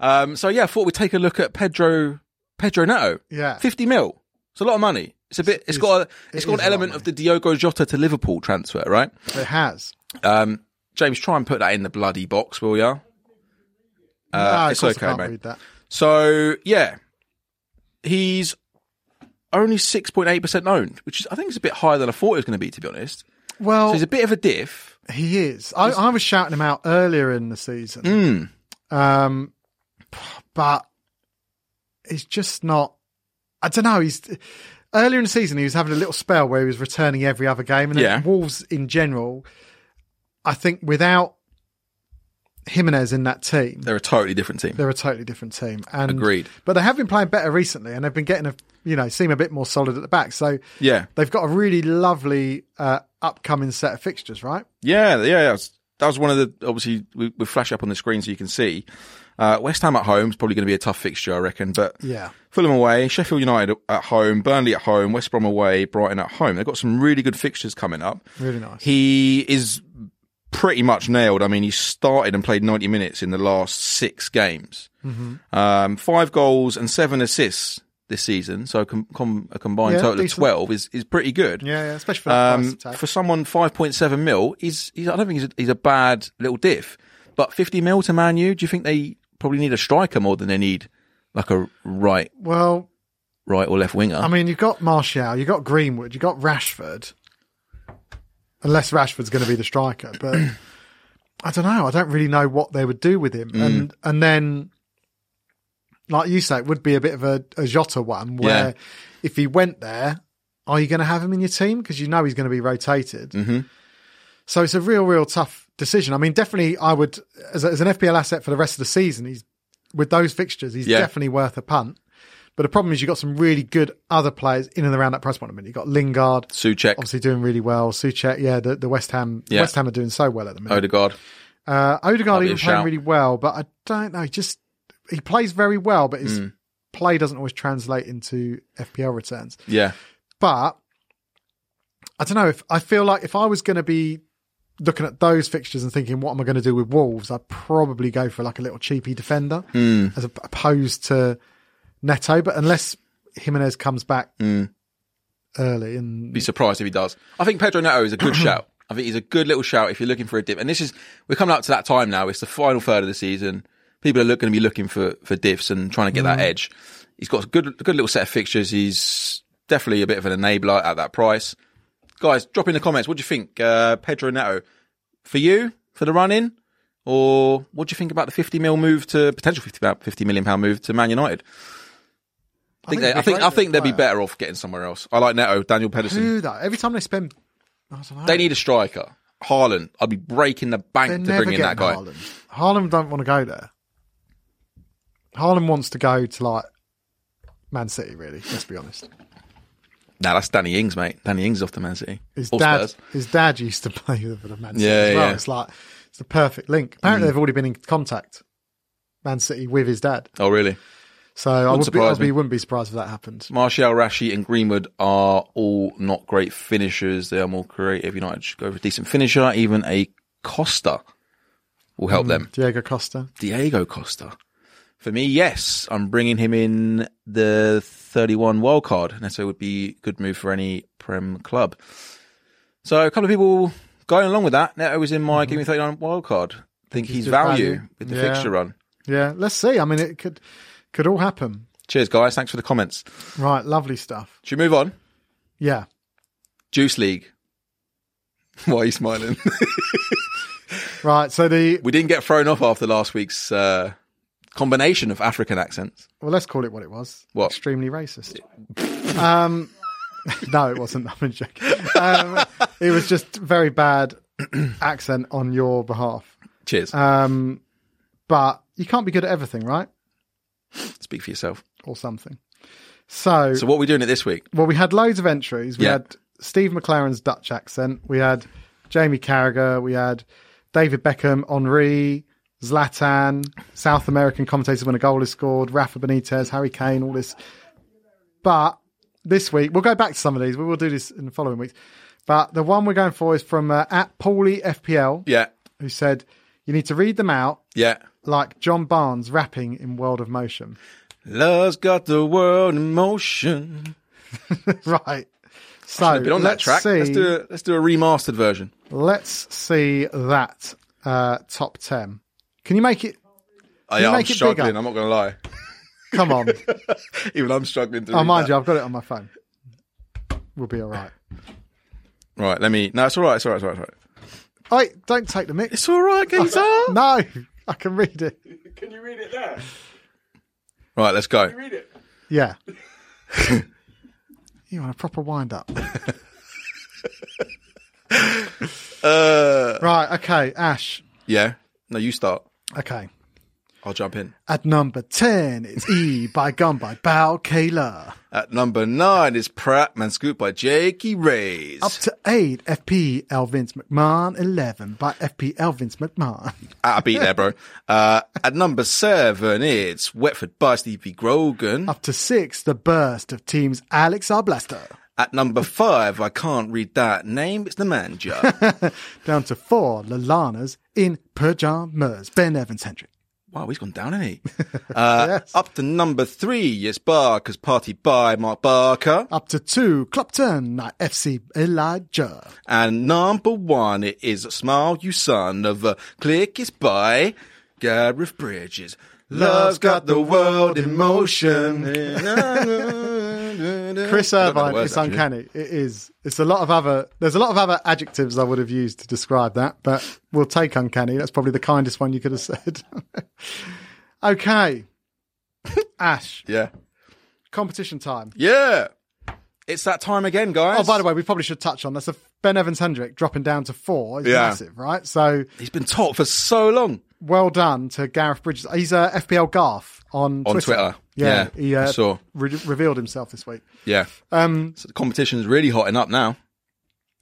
S2: Um, so yeah, I thought we'd take a look at Pedro Pedro Neto.
S1: Yeah.
S2: fifty mil. It's a lot of money. It's a bit. it's got. A,
S1: it is
S2: it's got an
S1: a lot
S2: element
S1: of
S2: of the Diogo Jota to Liverpool transfer, right?
S1: It has.
S2: Um, James, try and put that in the bloody box, will ya?
S1: Ah, of
S2: Uh, it's
S1: course
S2: okay,
S1: I can't
S2: mate.
S1: read that.
S2: So yeah, he's only six point eight percent owned, which is I think is a bit higher than I thought it was going to be. To be honest, so
S1: Well,
S2: he's a bit of a diff.
S1: he is. I, I was shouting him out earlier in the season,
S2: Hmm.
S1: um, but he's just not. I don't know. He's earlier in the season. He was having a little spell where he was returning every other game, and then
S2: Yeah.
S1: Wolves in general. I think without Jimenez in that team,
S2: They're a totally different team.
S1: they're a totally different team. And
S2: Agreed.
S1: But they have been playing better recently, and they've been getting a you know seem a bit more solid at the back. So
S2: yeah,
S1: they've got a really lovely uh, upcoming set of fixtures, right?
S2: Yeah, yeah, yeah. It's- That was one of the obviously we, we flash up on the screen so you can see. Uh, West Ham at home is probably going to be a tough fixture, I reckon. But
S1: Yeah.
S2: Fulham away, Sheffield United at home, Burnley at home, West Brom away, Brighton at home. They've got some really good fixtures coming up.
S1: Really nice.
S2: He is pretty much nailed. I mean, he started and played 90 minutes in the last six games.
S1: Mm-hmm.
S2: Um, five goals and seven assists this season. So com- com- a combined
S1: Yeah,
S2: total
S1: decent.
S2: of 12 is, is pretty good.
S1: Yeah, yeah, especially for that price
S2: Um,
S1: tag.
S2: for someone 5.7 mil, he's, he's, I don't think he's a, he's a bad little diff. But 50 mil to Man U, do you think they probably need a striker more than they need like a right,
S1: Well,
S2: right or left winger?
S1: I mean, you've got Martial, you've got Greenwood, you've got Rashford. Unless Rashford's going to be the striker, but *clears throat* I don't know. I don't really know what they would do with him,
S2: Mm.
S1: and and then, like you say, it would be a bit of a, a Jota one where
S2: Yeah.
S1: if he went there, are you going to have him in your team because you know he's going to be rotated?
S2: Mm-hmm.
S1: So it's a real, real tough decision. I mean, definitely, I would as, a, as an FPL asset for the rest of the season. He's with those fixtures, he's
S2: Yeah.
S1: definitely worth a punt. But the problem is you've got some really good other players in and around that price point. I mean, you've got Lingard,
S2: Suchek,
S1: obviously doing really well. Suchet, yeah, the, the West Ham
S2: Yeah.
S1: West Ham are doing so well at the minute.
S2: Odegaard.
S1: Uh, Odegaard
S2: Might be
S1: even playing
S2: a shout.
S1: really well, but I don't know. Just he plays very well, but
S2: Mm.
S1: his play doesn't always translate into FPL returns.
S2: Yeah.
S1: But I don't know if I feel like if I was going to be looking at those fixtures and thinking what am I going to do with Wolves, I'd probably go for like a little cheapy defender
S2: Hmm.
S1: as op- opposed to Neto. But unless Jimenez comes back
S2: Hmm.
S1: early and
S2: be surprised if he does. I think Pedro Neto is
S1: *coughs*
S2: a good shout. I think he's a good little shout if you're looking for a dip. And this is we're coming up to that time now. It's the final third of the season. People are look, going to be looking for for diffs and trying to get
S1: Mm.
S2: that edge. He's got a good good little set of fixtures. He's definitely a bit of an enabler at that price. Guys, drop in the comments. What do you think, uh, Pedro Neto, for you for the run in, or what do you think about the 50 mil move to potential 50 mil- 50 million pound move to Man United? I think
S1: it'd
S2: they,
S1: be
S2: I think
S1: great
S2: I think they'd be
S1: player.
S2: better off getting somewhere else. I like Neto, Daniel Pedersen.
S1: do that every time they spend. I don't know.
S2: They need a striker. Haaland. I'd be breaking the bank
S1: They're
S2: to
S1: never
S2: bring in
S1: getting
S2: that guy.
S1: Haaland. Haaland don't want to go there. Haaland wants to go to like Man City, really. Let's be honest.
S2: Nah, that's Danny Ings, mate. Danny Ings is off to Man City.
S1: His
S2: Or
S1: dad,
S2: Spurs.
S1: his dad used to *laughs* play for the Man City
S2: Yeah,
S1: as well.
S2: yeah. Mm.
S1: It's like it's the perfect link. Apparently, they've already been in contact, Man City with his dad.
S2: Oh, really?
S1: So I would be, I
S2: surprise
S1: would be,
S2: me.
S1: wouldn't be surprised if that happened.
S2: Martial, Rashi, and Greenwood are all not great finishers. They are more creative. United should go for a decent finisher. Even a Costa will
S1: Mm.
S2: help them.
S1: Diego Costa.
S2: Diego Costa. For me, yes, I'm bringing him in the 31 wild card. Neto would be a good move for any Prem club. So a couple of people going along with that. Neto was in my Give Me 39 wild card. Think
S1: Mm-hmm.
S2: he's
S1: good
S2: value,
S1: value.
S2: with the
S1: Yeah.
S2: fixture run.
S1: Yeah, let's see. I mean, it could could all happen.
S2: Cheers, guys. Thanks for the comments.
S1: Right, lovely stuff.
S2: Should we move on?
S1: Yeah,
S2: Juice League. *laughs* Why are you smiling? *laughs*
S1: right. So the
S2: we didn't get thrown off after last week's uh, combination of African accents.
S1: well, let's call it what it was.
S2: What?
S1: Extremely racist. um, *laughs* no, it wasn't. *laughs* I'm joking. Um, it was just very bad *clears throat* accent on your behalf.
S2: Cheers.
S1: Um, but you can't be good at everything, right?
S2: Speak for yourself.
S1: Or something. So,
S2: So what are we doing it this week?
S1: well, we had loads of entries. We
S2: Yeah.
S1: had Steve McLaren's Dutch accent. We had Jamie Carragher. We had David Beckham, Henri, Zlatan, South American commentators when a goal is scored, Rafa Benitez, Harry Kane, all this. But this week, we'll go back to some of these. We will do this in the following weeks. But the one we're going for is from uh, at Paulie FPL,
S2: Yeah.
S1: who said, You need to read them out
S2: Yeah.
S1: like John Barnes rapping in World of Motion.
S2: Love's got the world in motion.
S1: *laughs* right. So,
S2: Been on that
S1: let's
S2: track.
S1: see.
S2: Let's do a, let's do a remastered version.
S1: Let's see that uh, top 10. Can you make it?
S2: Oh, yeah, I'm
S1: make it bigger.
S2: struggling. I'm not going to lie. *laughs*
S1: Come on.
S2: Even I'm struggling to.
S1: oh,
S2: read
S1: mind
S2: that.
S1: you, I've got it on my phone. We'll be all right.
S2: Right. Let me. No, it's all right. It's all right. It's all right. It's all right.
S1: Oi, don't take the mix.
S2: It's all
S1: *laughs*
S2: right, Gator. *laughs*
S1: No, I can read it.
S3: Can you read it there?
S2: Right. Let's go.
S3: Read it.
S1: Yeah. *laughs* you want a proper wind
S2: *laughs*
S1: up.
S2: Uh,
S1: right, okay, Ash.
S2: Yeah. No, you start.
S1: Okay.
S2: I'll jump in.
S1: At number 10, it's E by Gun by Bao Kayla.
S2: At number nine is Pratt Man Scoop by Jakey Rays.
S1: Up to 8, FPL Vince McMahon. 11 by FPL Vince McMahon. *laughs*
S2: Out of Ah, beat there, bro. Uh, at number seven, it's Wetford by Stevie Grogan.
S1: Up to 6, the burst of teams Alex Arblaster.
S2: At number five, I can't read that name. It's the
S1: *laughs*
S2: manager.
S1: Down to 4, Lalana's in Pajamas. Ben Evans Hendrick.
S2: wow, he's gone down, isn't
S1: *laughs*
S2: he? Uh, Up to number three is Barker's Party by Mark Barker.
S1: Up to 2, Clopton, Knight FC Elijah.
S2: And number one, it is Smile You Son of a Click is by Gareth Bridges. Love's got the world in
S1: *laughs*
S2: motion.
S1: Chris
S2: Chris
S1: Irvine is uncanny. It is. It's a lot of other. There's a lot of other adjectives I would have used to describe that, but we'll take uncanny. That's probably the kindest one you could have said. *laughs* okay, *laughs* Ash,
S2: Yeah.
S1: competition time.
S2: Yeah. It's that time again, guys.
S1: Oh, by the way, we probably should touch on that's a Ben Evans Hendrick dropping down to four. Is
S2: Yeah.
S1: massive, right? So
S2: He's been top for so long.
S1: well done to Gareth Bridges. He's a FPL Garth on
S2: On
S1: Twitter.
S2: Twitter.
S1: Yeah,
S2: Yeah,
S1: he
S2: I
S1: uh,
S2: saw.
S1: re- revealed himself this week.
S2: Yeah. Um, so the competition's really hotting up now.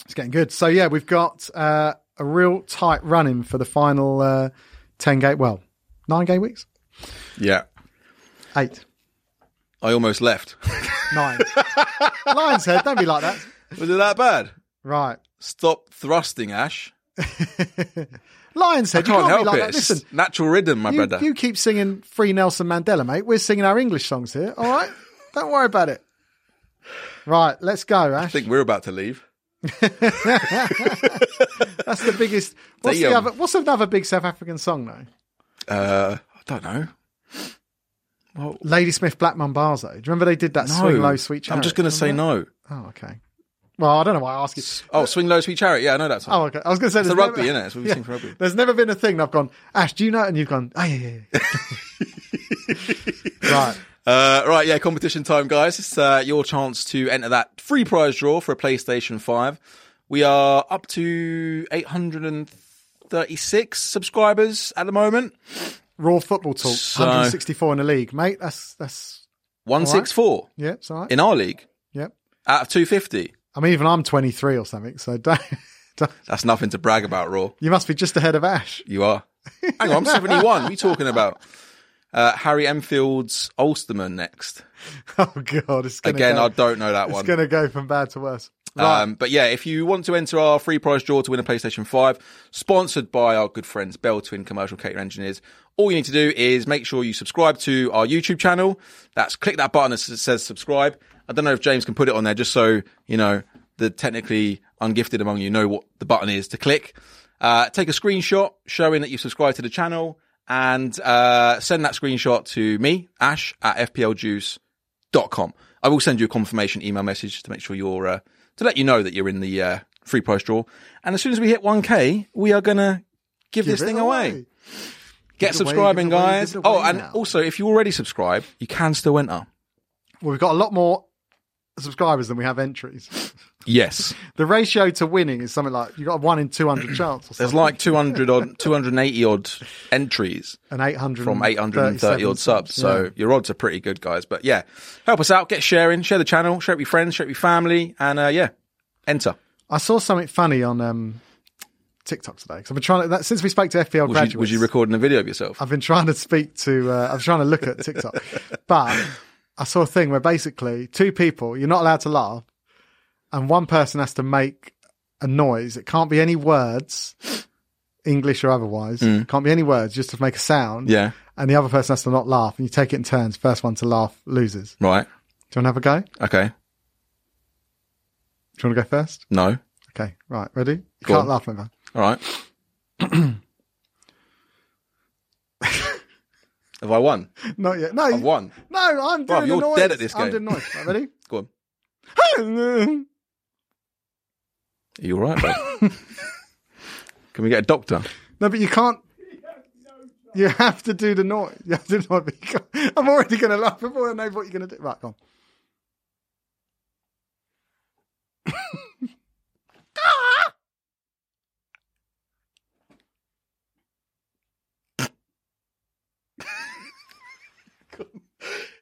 S1: It's getting good. So yeah, we've got uh, a real tight run in for the final uh, ten game. Well, nine game weeks,
S2: Yeah.
S1: eight,
S2: I almost left. *laughs*
S1: nine. Lion's head. Don't be like that.
S2: Was it that bad?
S1: Right.
S2: Stop thrusting, Ash.
S1: Lion's head.
S2: I can't,
S1: you can't
S2: help
S1: be like
S2: it.
S1: that.
S2: It's
S1: Listen,
S2: natural rhythm, my
S1: you,
S2: brother.
S1: you keep singing Free Nelson Mandela, mate. We're singing our English songs here. All
S2: *laughs*
S1: right. Don't worry about it. Right. Let's go,
S2: I
S1: Ash.
S2: think we're about to leave.
S1: That's the
S2: *laughs*
S1: biggest. What's the
S2: Damn.
S1: other? What's another big South African song though?
S2: Uh, I don't know.
S1: Ladysmith Black Mambazo. Do you remember they did that
S2: No.
S1: swing low, sweet charity?
S2: I'm just going to say no.
S1: Oh, okay. Well, I don't know why I ask you.
S2: Oh, swing low, sweet charity. Yeah, I know that song.
S1: Oh, okay. I was going to say it's
S2: the rugby, innit? It's what we sing for rugby.
S1: There's never been a thing. that I've gone, Ash, do you know? And you've gone, oh, yeah, yeah,
S2: *laughs*
S1: yeah. right.
S2: Uh, right, yeah, competition time, guys. It's uh, your chance to enter that free prize draw for a PlayStation 5. We are up to 836 subscribers at the moment.
S1: Raw football talk.
S2: So-
S1: 164 in the league, mate. That's that's
S2: 164
S1: yeah, it's all right.
S2: in our league
S1: Yep.
S2: out of 250.
S1: I mean, even I'm 23 or something. So don't, *laughs* don't-
S2: That's nothing to brag about, Raw.
S1: you must be just ahead of Ash. *laughs*
S2: You are. Hang on, I'm 71. what are you talking about? Uh, Harry Enfield's Ulsterman next.
S1: Oh God, it's gonna
S2: Again,
S1: Go,
S2: I don't know that
S1: it's
S2: one.
S1: going to go from bad to worse. Right.
S2: Um, but yeah, if you want to enter our free prize draw to win a PlayStation 5, sponsored by our good friends Bell Twin Commercial Catering Engineers, all you need to do is make sure you subscribe to our YouTube channel. That's click that button that s- says subscribe. I don't know if James can put it on there just so, you know, the technically ungifted among you know what the button is to click. Uh, take a screenshot showing that you've subscribed to the channel and uh, send that screenshot to me, Ash at FPLjuice.com. I will send you a confirmation email message to make sure you're uh, to let you know that you're in the uh, free prize draw. And as soon as we hit 1k, we are gonna give, this
S1: Give it
S2: thing away. Get
S1: Give it away,
S2: subscribing,
S1: give it away,
S2: guys.
S1: give it away
S2: oh, and
S1: now.
S2: also if you already subscribe, you can still enter.
S1: Well, we've got a lot more subscribers than we have entries.
S2: Yes,
S1: The ratio to winning is something like you got a one in
S2: *clears throat*
S1: 200 chance or something. *laughs*
S2: there's like 200 odd, 280 odd entries.
S1: an 800
S2: from 830 odd subs. So your odds are pretty good, guys. But yeah, help us out. Get sharing, share the channel, share it with your friends, share it with your family, and uh, yeah, enter.
S1: I saw something funny on um, TikTok today because I've been trying to. That, since we spoke to FPL
S2: Was
S1: graduates,
S2: you, was you recording a video of yourself?
S1: I've been trying to speak to, uh, I was trying to look at TikTok, but I saw a thing where basically two people, you're not allowed to laugh, and one person has to make a noise. It can't be any words, English or otherwise. It can't be any words, just to make a sound.
S2: Mm. Yeah.
S1: And the other person has to not laugh, and you take it in turns. First one to laugh loses.
S2: Right.
S1: Do you want to have a go?
S2: Okay.
S1: Do you want to go first?
S2: No.
S1: Okay, right, ready? You
S2: Go
S1: can't
S2: on.
S1: laugh, man.
S2: All right. *coughs* Have I won?
S1: Not yet. No,
S2: I've
S1: you-
S2: won.
S1: no, I'm doing
S2: Bruv,
S1: a
S2: you're
S1: noise.
S2: dead at this
S1: I'm doing
S2: game.
S1: a noise. Right, ready?
S2: Go on. *laughs* Are you all right, *laughs* bro? Can we get a doctor?
S1: No, but you can't. You have to do the noise. You have to do the noise. but you can't- I'm already going to laugh before I know what you're going to do. Right, go on.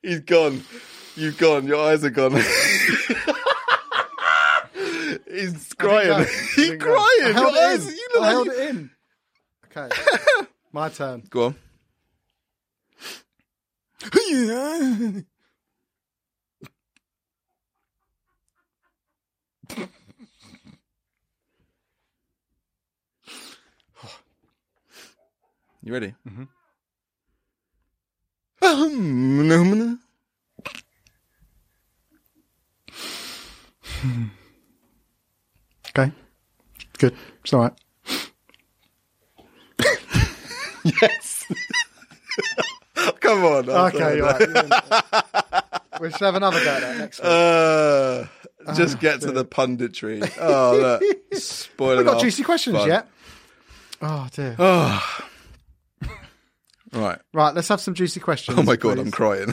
S2: He's gone. You've gone. Your eyes are *laughs* gone. He's *laughs* crying.
S1: He's
S2: He's crying. Your eyes. You look
S1: I held
S2: like you-
S1: it in. Okay,
S2: *laughs*
S1: my turn.
S2: Go on. *laughs* You ready? Mm-hmm.
S1: Okay, good. It's all right.
S2: *laughs* Come on. I'm
S1: Okay, all right. we should have another go at that next week.
S2: Uh,
S1: Ah,
S2: just get to the punditry. Oh,
S1: *laughs*
S2: look. Spoiler.
S1: We've got juicy questions
S2: fun.
S1: yet. Oh dear.
S2: Right.
S1: Right, let's have some juicy questions.
S2: Oh my god, I'm
S1: please.
S2: crying.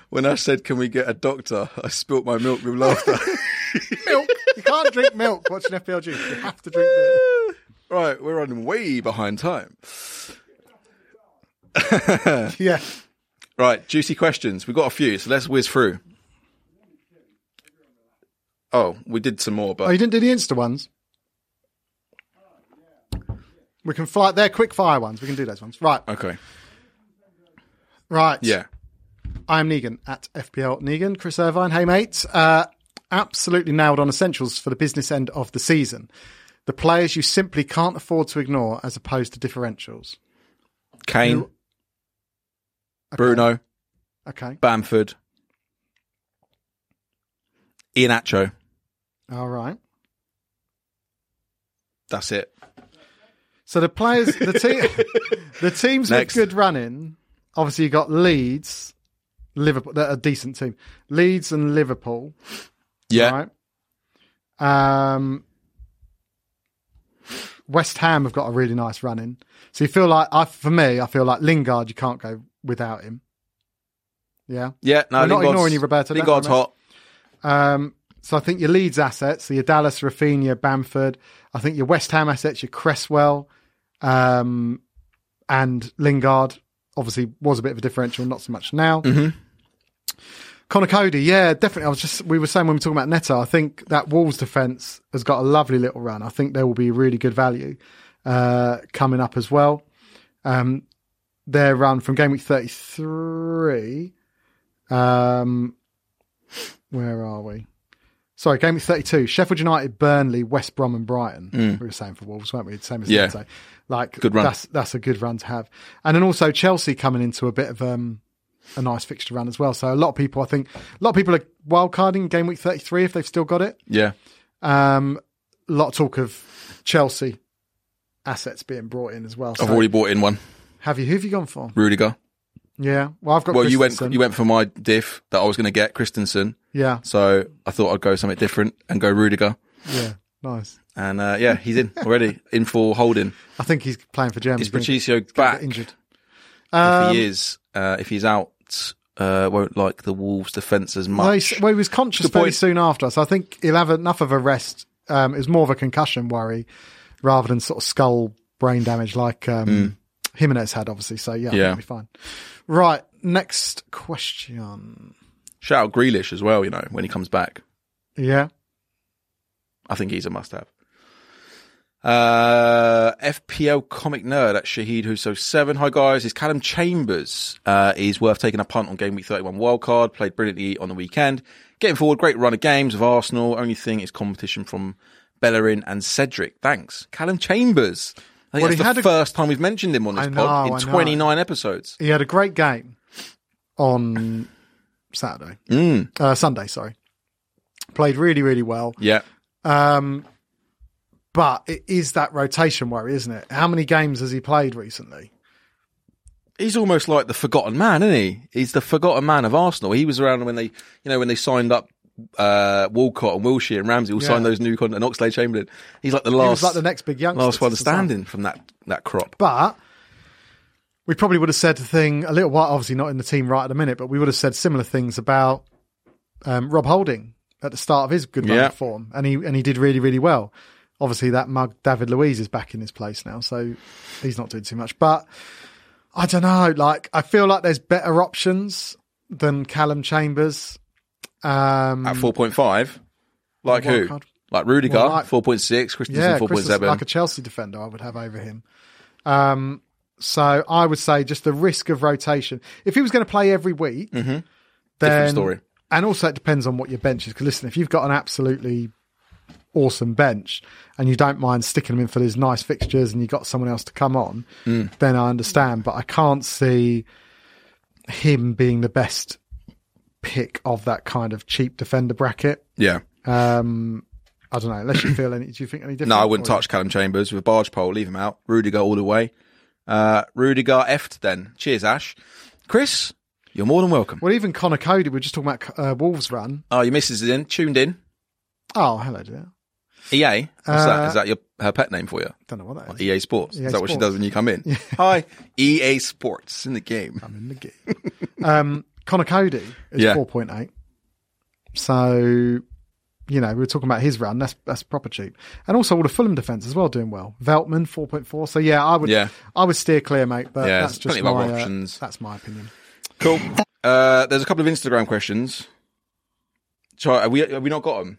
S2: *laughs* when I said, "Can we get a doctor?" I spilt my milk
S1: *laughs*
S2: with laughter.
S1: milk. You can't drink milk watching FPLG. You have to drink
S2: *laughs*
S1: milk.
S2: right, we're on way behind time.
S1: Yeah.
S2: Right, juicy questions. We've got a few, so let's whiz through. Oh, we did some more,
S1: Oh, you
S2: but
S1: didn't do the Insta ones? We can fly. They're quick fire ones. We can do those ones. Right.
S2: okay.
S1: Right.
S2: Yeah,
S1: I'm Negan at FPL Negan. Chris Irvine. Hey, mate. Uh, absolutely nailed on essentials for the business end of the season. The players you simply can't afford to ignore as opposed to differentials.
S2: Kane, Bruno,
S1: Okay.
S2: Bamford, Ianacho.
S1: All right.
S2: That's it.
S1: So the players, the team,
S2: *laughs*
S1: the teams
S2: Next.
S1: with good running. Obviously, you got Leeds, Liverpool. They're a decent team. Leeds and Liverpool.
S2: Yeah,
S1: Right. Um, West Ham have got a really nice run in. So you feel like, I, for me, I feel like Lingard, you can't go without him. Yeah.
S2: yeah. No,
S1: We're not
S2: Lingard's-
S1: ignoring you, Roberto, don't
S2: Lingard's
S1: worry, mate.
S2: hot.
S1: Um, so I think your Leeds assets, so your Dallas, Rafinha, Bamford. I think your West Ham assets, your Cresswell, um, and Lingard. Obviously, was a bit of a differential, not so much now. Connor Cody, yeah, definitely. I was just we were saying when we were talking about Neto, I think that Wolves defense has got a lovely little run. I think there will be really good value uh, coming up as well. Um, their run from game week thirty three. Um, where are we? Sorry, game week 32. Sheffield United, Burnley, West Brom, and Brighton. We were saying for Wolves, weren't we? Same as
S2: Yeah.
S1: yeah. Like,
S2: Good run.
S1: That's, that's a good run to have. And then also Chelsea coming into a bit of um, a nice fixture run as well. So a lot of people, I think, a lot of people are wildcarding game week 33 if they've still got it.
S2: Yeah,
S1: Um, a lot of talk of Chelsea assets being brought in as well. So
S2: I've already bought in one.
S1: have you? Who have you gone for?
S2: Rudiger.
S1: Yeah. Well, I've got.
S2: Well, you went
S1: Christensen.
S2: you went for my diff that I was going to get Christensen,
S1: Yeah.
S2: so I thought I'd go something different and go Rudiger.
S1: Yeah. Nice.
S2: And uh, yeah, he's in already *laughs* in for holding.
S1: I think he's playing for Germany.
S2: Is
S1: isn't he?
S2: Patricio
S1: He's gonna
S2: back?
S1: get Injured.
S2: if
S1: Um,
S2: he is, uh, if he's out, uh, won't like the Wolves' defense as
S1: well,
S2: much.
S1: he, well, he was conscious
S2: Good
S1: very
S2: point.
S1: soon after, so I think he'll have enough of a rest. Um, it was more of a concussion worry rather than sort of skull brain damage like um, Jimenez had, obviously. So yeah,
S2: Hmm. Yeah.
S1: yeah. will be fine. Right. Next question.
S2: Shout out Grealish as well. You know when he comes back,
S1: Yeah.
S2: I think he's a must-have. Uh, FPL comic nerd at Shahid Huso seven. Hi guys, is Callum Chambers uh, is worth taking a punt on game week thirty one wildcard. Played brilliantly on the weekend. Getting forward, great run of games with Arsenal. Only thing is competition from Bellerin and Cedric. Thanks, Callum Chambers. I think
S1: Well,
S2: that's
S1: he
S2: the
S1: had a-
S2: first time we've mentioned him on this
S1: I
S2: pod
S1: know,
S2: in
S1: I know.
S2: twenty nine episodes.
S1: He had a great game on Saturday,
S2: Hmm.
S1: uh, Sunday. Sorry, played really, really well.
S2: Yeah,
S1: Um, but it is that rotation worry, isn't it? How many games has he played recently?
S2: he's almost like the forgotten man, isn't he? He's the forgotten man of Arsenal. He was around when they, you know, when they signed up uh, Walcott and Wilshere and Ramsey, all
S1: Yeah.
S2: signed those new con- and Oxlade Chamberlain. He's like the
S1: He was
S2: last,
S1: like the next big youngster.
S2: last one
S1: since the summer.
S2: standing from that that crop.
S1: But we probably would have said the thing a little while, obviously not in the team right at the minute, but we would have said similar things about um, Rob Holding at the start of his good run
S2: Yeah.
S1: of form, and he and he did really really well. Obviously, that mug David Luiz is back in his place now, so he's not doing too much. But I don't know. Like I feel like there's better options than Callum Chambers. Um,
S2: At four point five, like
S1: Wild
S2: who?
S1: card.
S2: Like Rudiger,
S1: Well, like-
S2: four point six, Christensen,
S1: yeah,
S2: four point
S1: Chris is
S2: seven.
S1: like a Chelsea defender, I would have over him. Um, so I would say just the risk of rotation. If he was going to play every week, then
S2: Mm-hmm. Different story.
S1: And also, it depends on what your bench is. Because listen, if you've got an absolutely awesome bench and you don't mind sticking them in for these nice fixtures, and you've got someone else to come on,
S2: Mm.
S1: then I understand. But I can't see him being the best pick of that kind of cheap defender bracket.
S2: yeah.
S1: I don't know. Unless you feel any, do you think any different?
S2: No, I wouldn't
S1: Or-
S2: touch Callum Chambers with a barge pole. Leave him out. Rudiger all the way. Uh, Rudiger effed then. Cheers, Ash. Chris, you're more than welcome.
S1: Well, even Connor Cody, we are just talking about uh, Wolves run.
S2: Oh, your missus is in. Tuned in.
S1: Oh, hello, dear.
S2: EA. E What's that?
S1: Uh,
S2: Is that your her pet name for you?
S1: Don't know what that is.
S2: EA Sports.
S1: EA
S2: is that what she
S1: Sports.
S2: does when you come in? *laughs* Hi, EA Sports in the game.
S1: I'm in the
S2: *laughs*
S1: game. um, Connor Cody is
S2: Yeah.
S1: 4.8. So, you know, we were talking about his run. That's that's proper cheap. And also all the Fulham defence as well doing well. Veltman, 4.4. So, yeah, I would
S2: Yeah.
S1: I would steer clear, mate. But
S2: Yeah,
S1: that's
S2: there's
S1: just
S2: plenty
S1: my,
S2: of other
S1: uh,
S2: options.
S1: that's my opinion.
S2: Cool. Uh, there's a couple of Instagram questions. Sorry, have we have we not got them?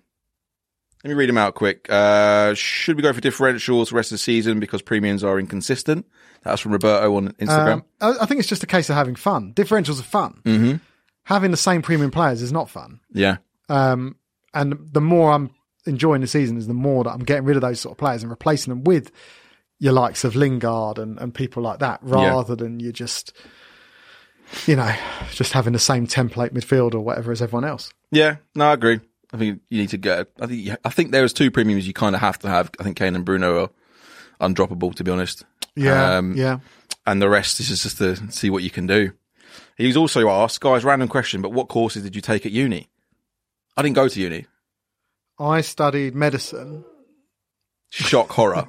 S2: Let me read them out quick. Uh, should we go for differentials the rest of the season because premiums are inconsistent? That's from Roberto on Instagram.
S1: Um, I, I think it's just a case of having fun. Differentials are fun.
S2: Mm-hmm.
S1: Having the same premium players is not fun.
S2: yeah.
S1: Um, and the more I'm enjoying the season is the more that I'm getting rid of those sort of players and replacing them with your likes of Lingard and, and people like that rather than you just, you know, just having the same template midfield or whatever as everyone else.
S2: Yeah, no, I agree. I think you need to get. I think I think there is two premiums you kind of have to have. I think Kane and Bruno are undroppable, to be honest.
S1: Yeah.
S2: Um,
S1: yeah.
S2: and the rest is just to see what you can do. He was also asked, guys, random question, but what courses did you take at uni? I didn't go to uni.
S1: I studied medicine.
S2: Shock horror.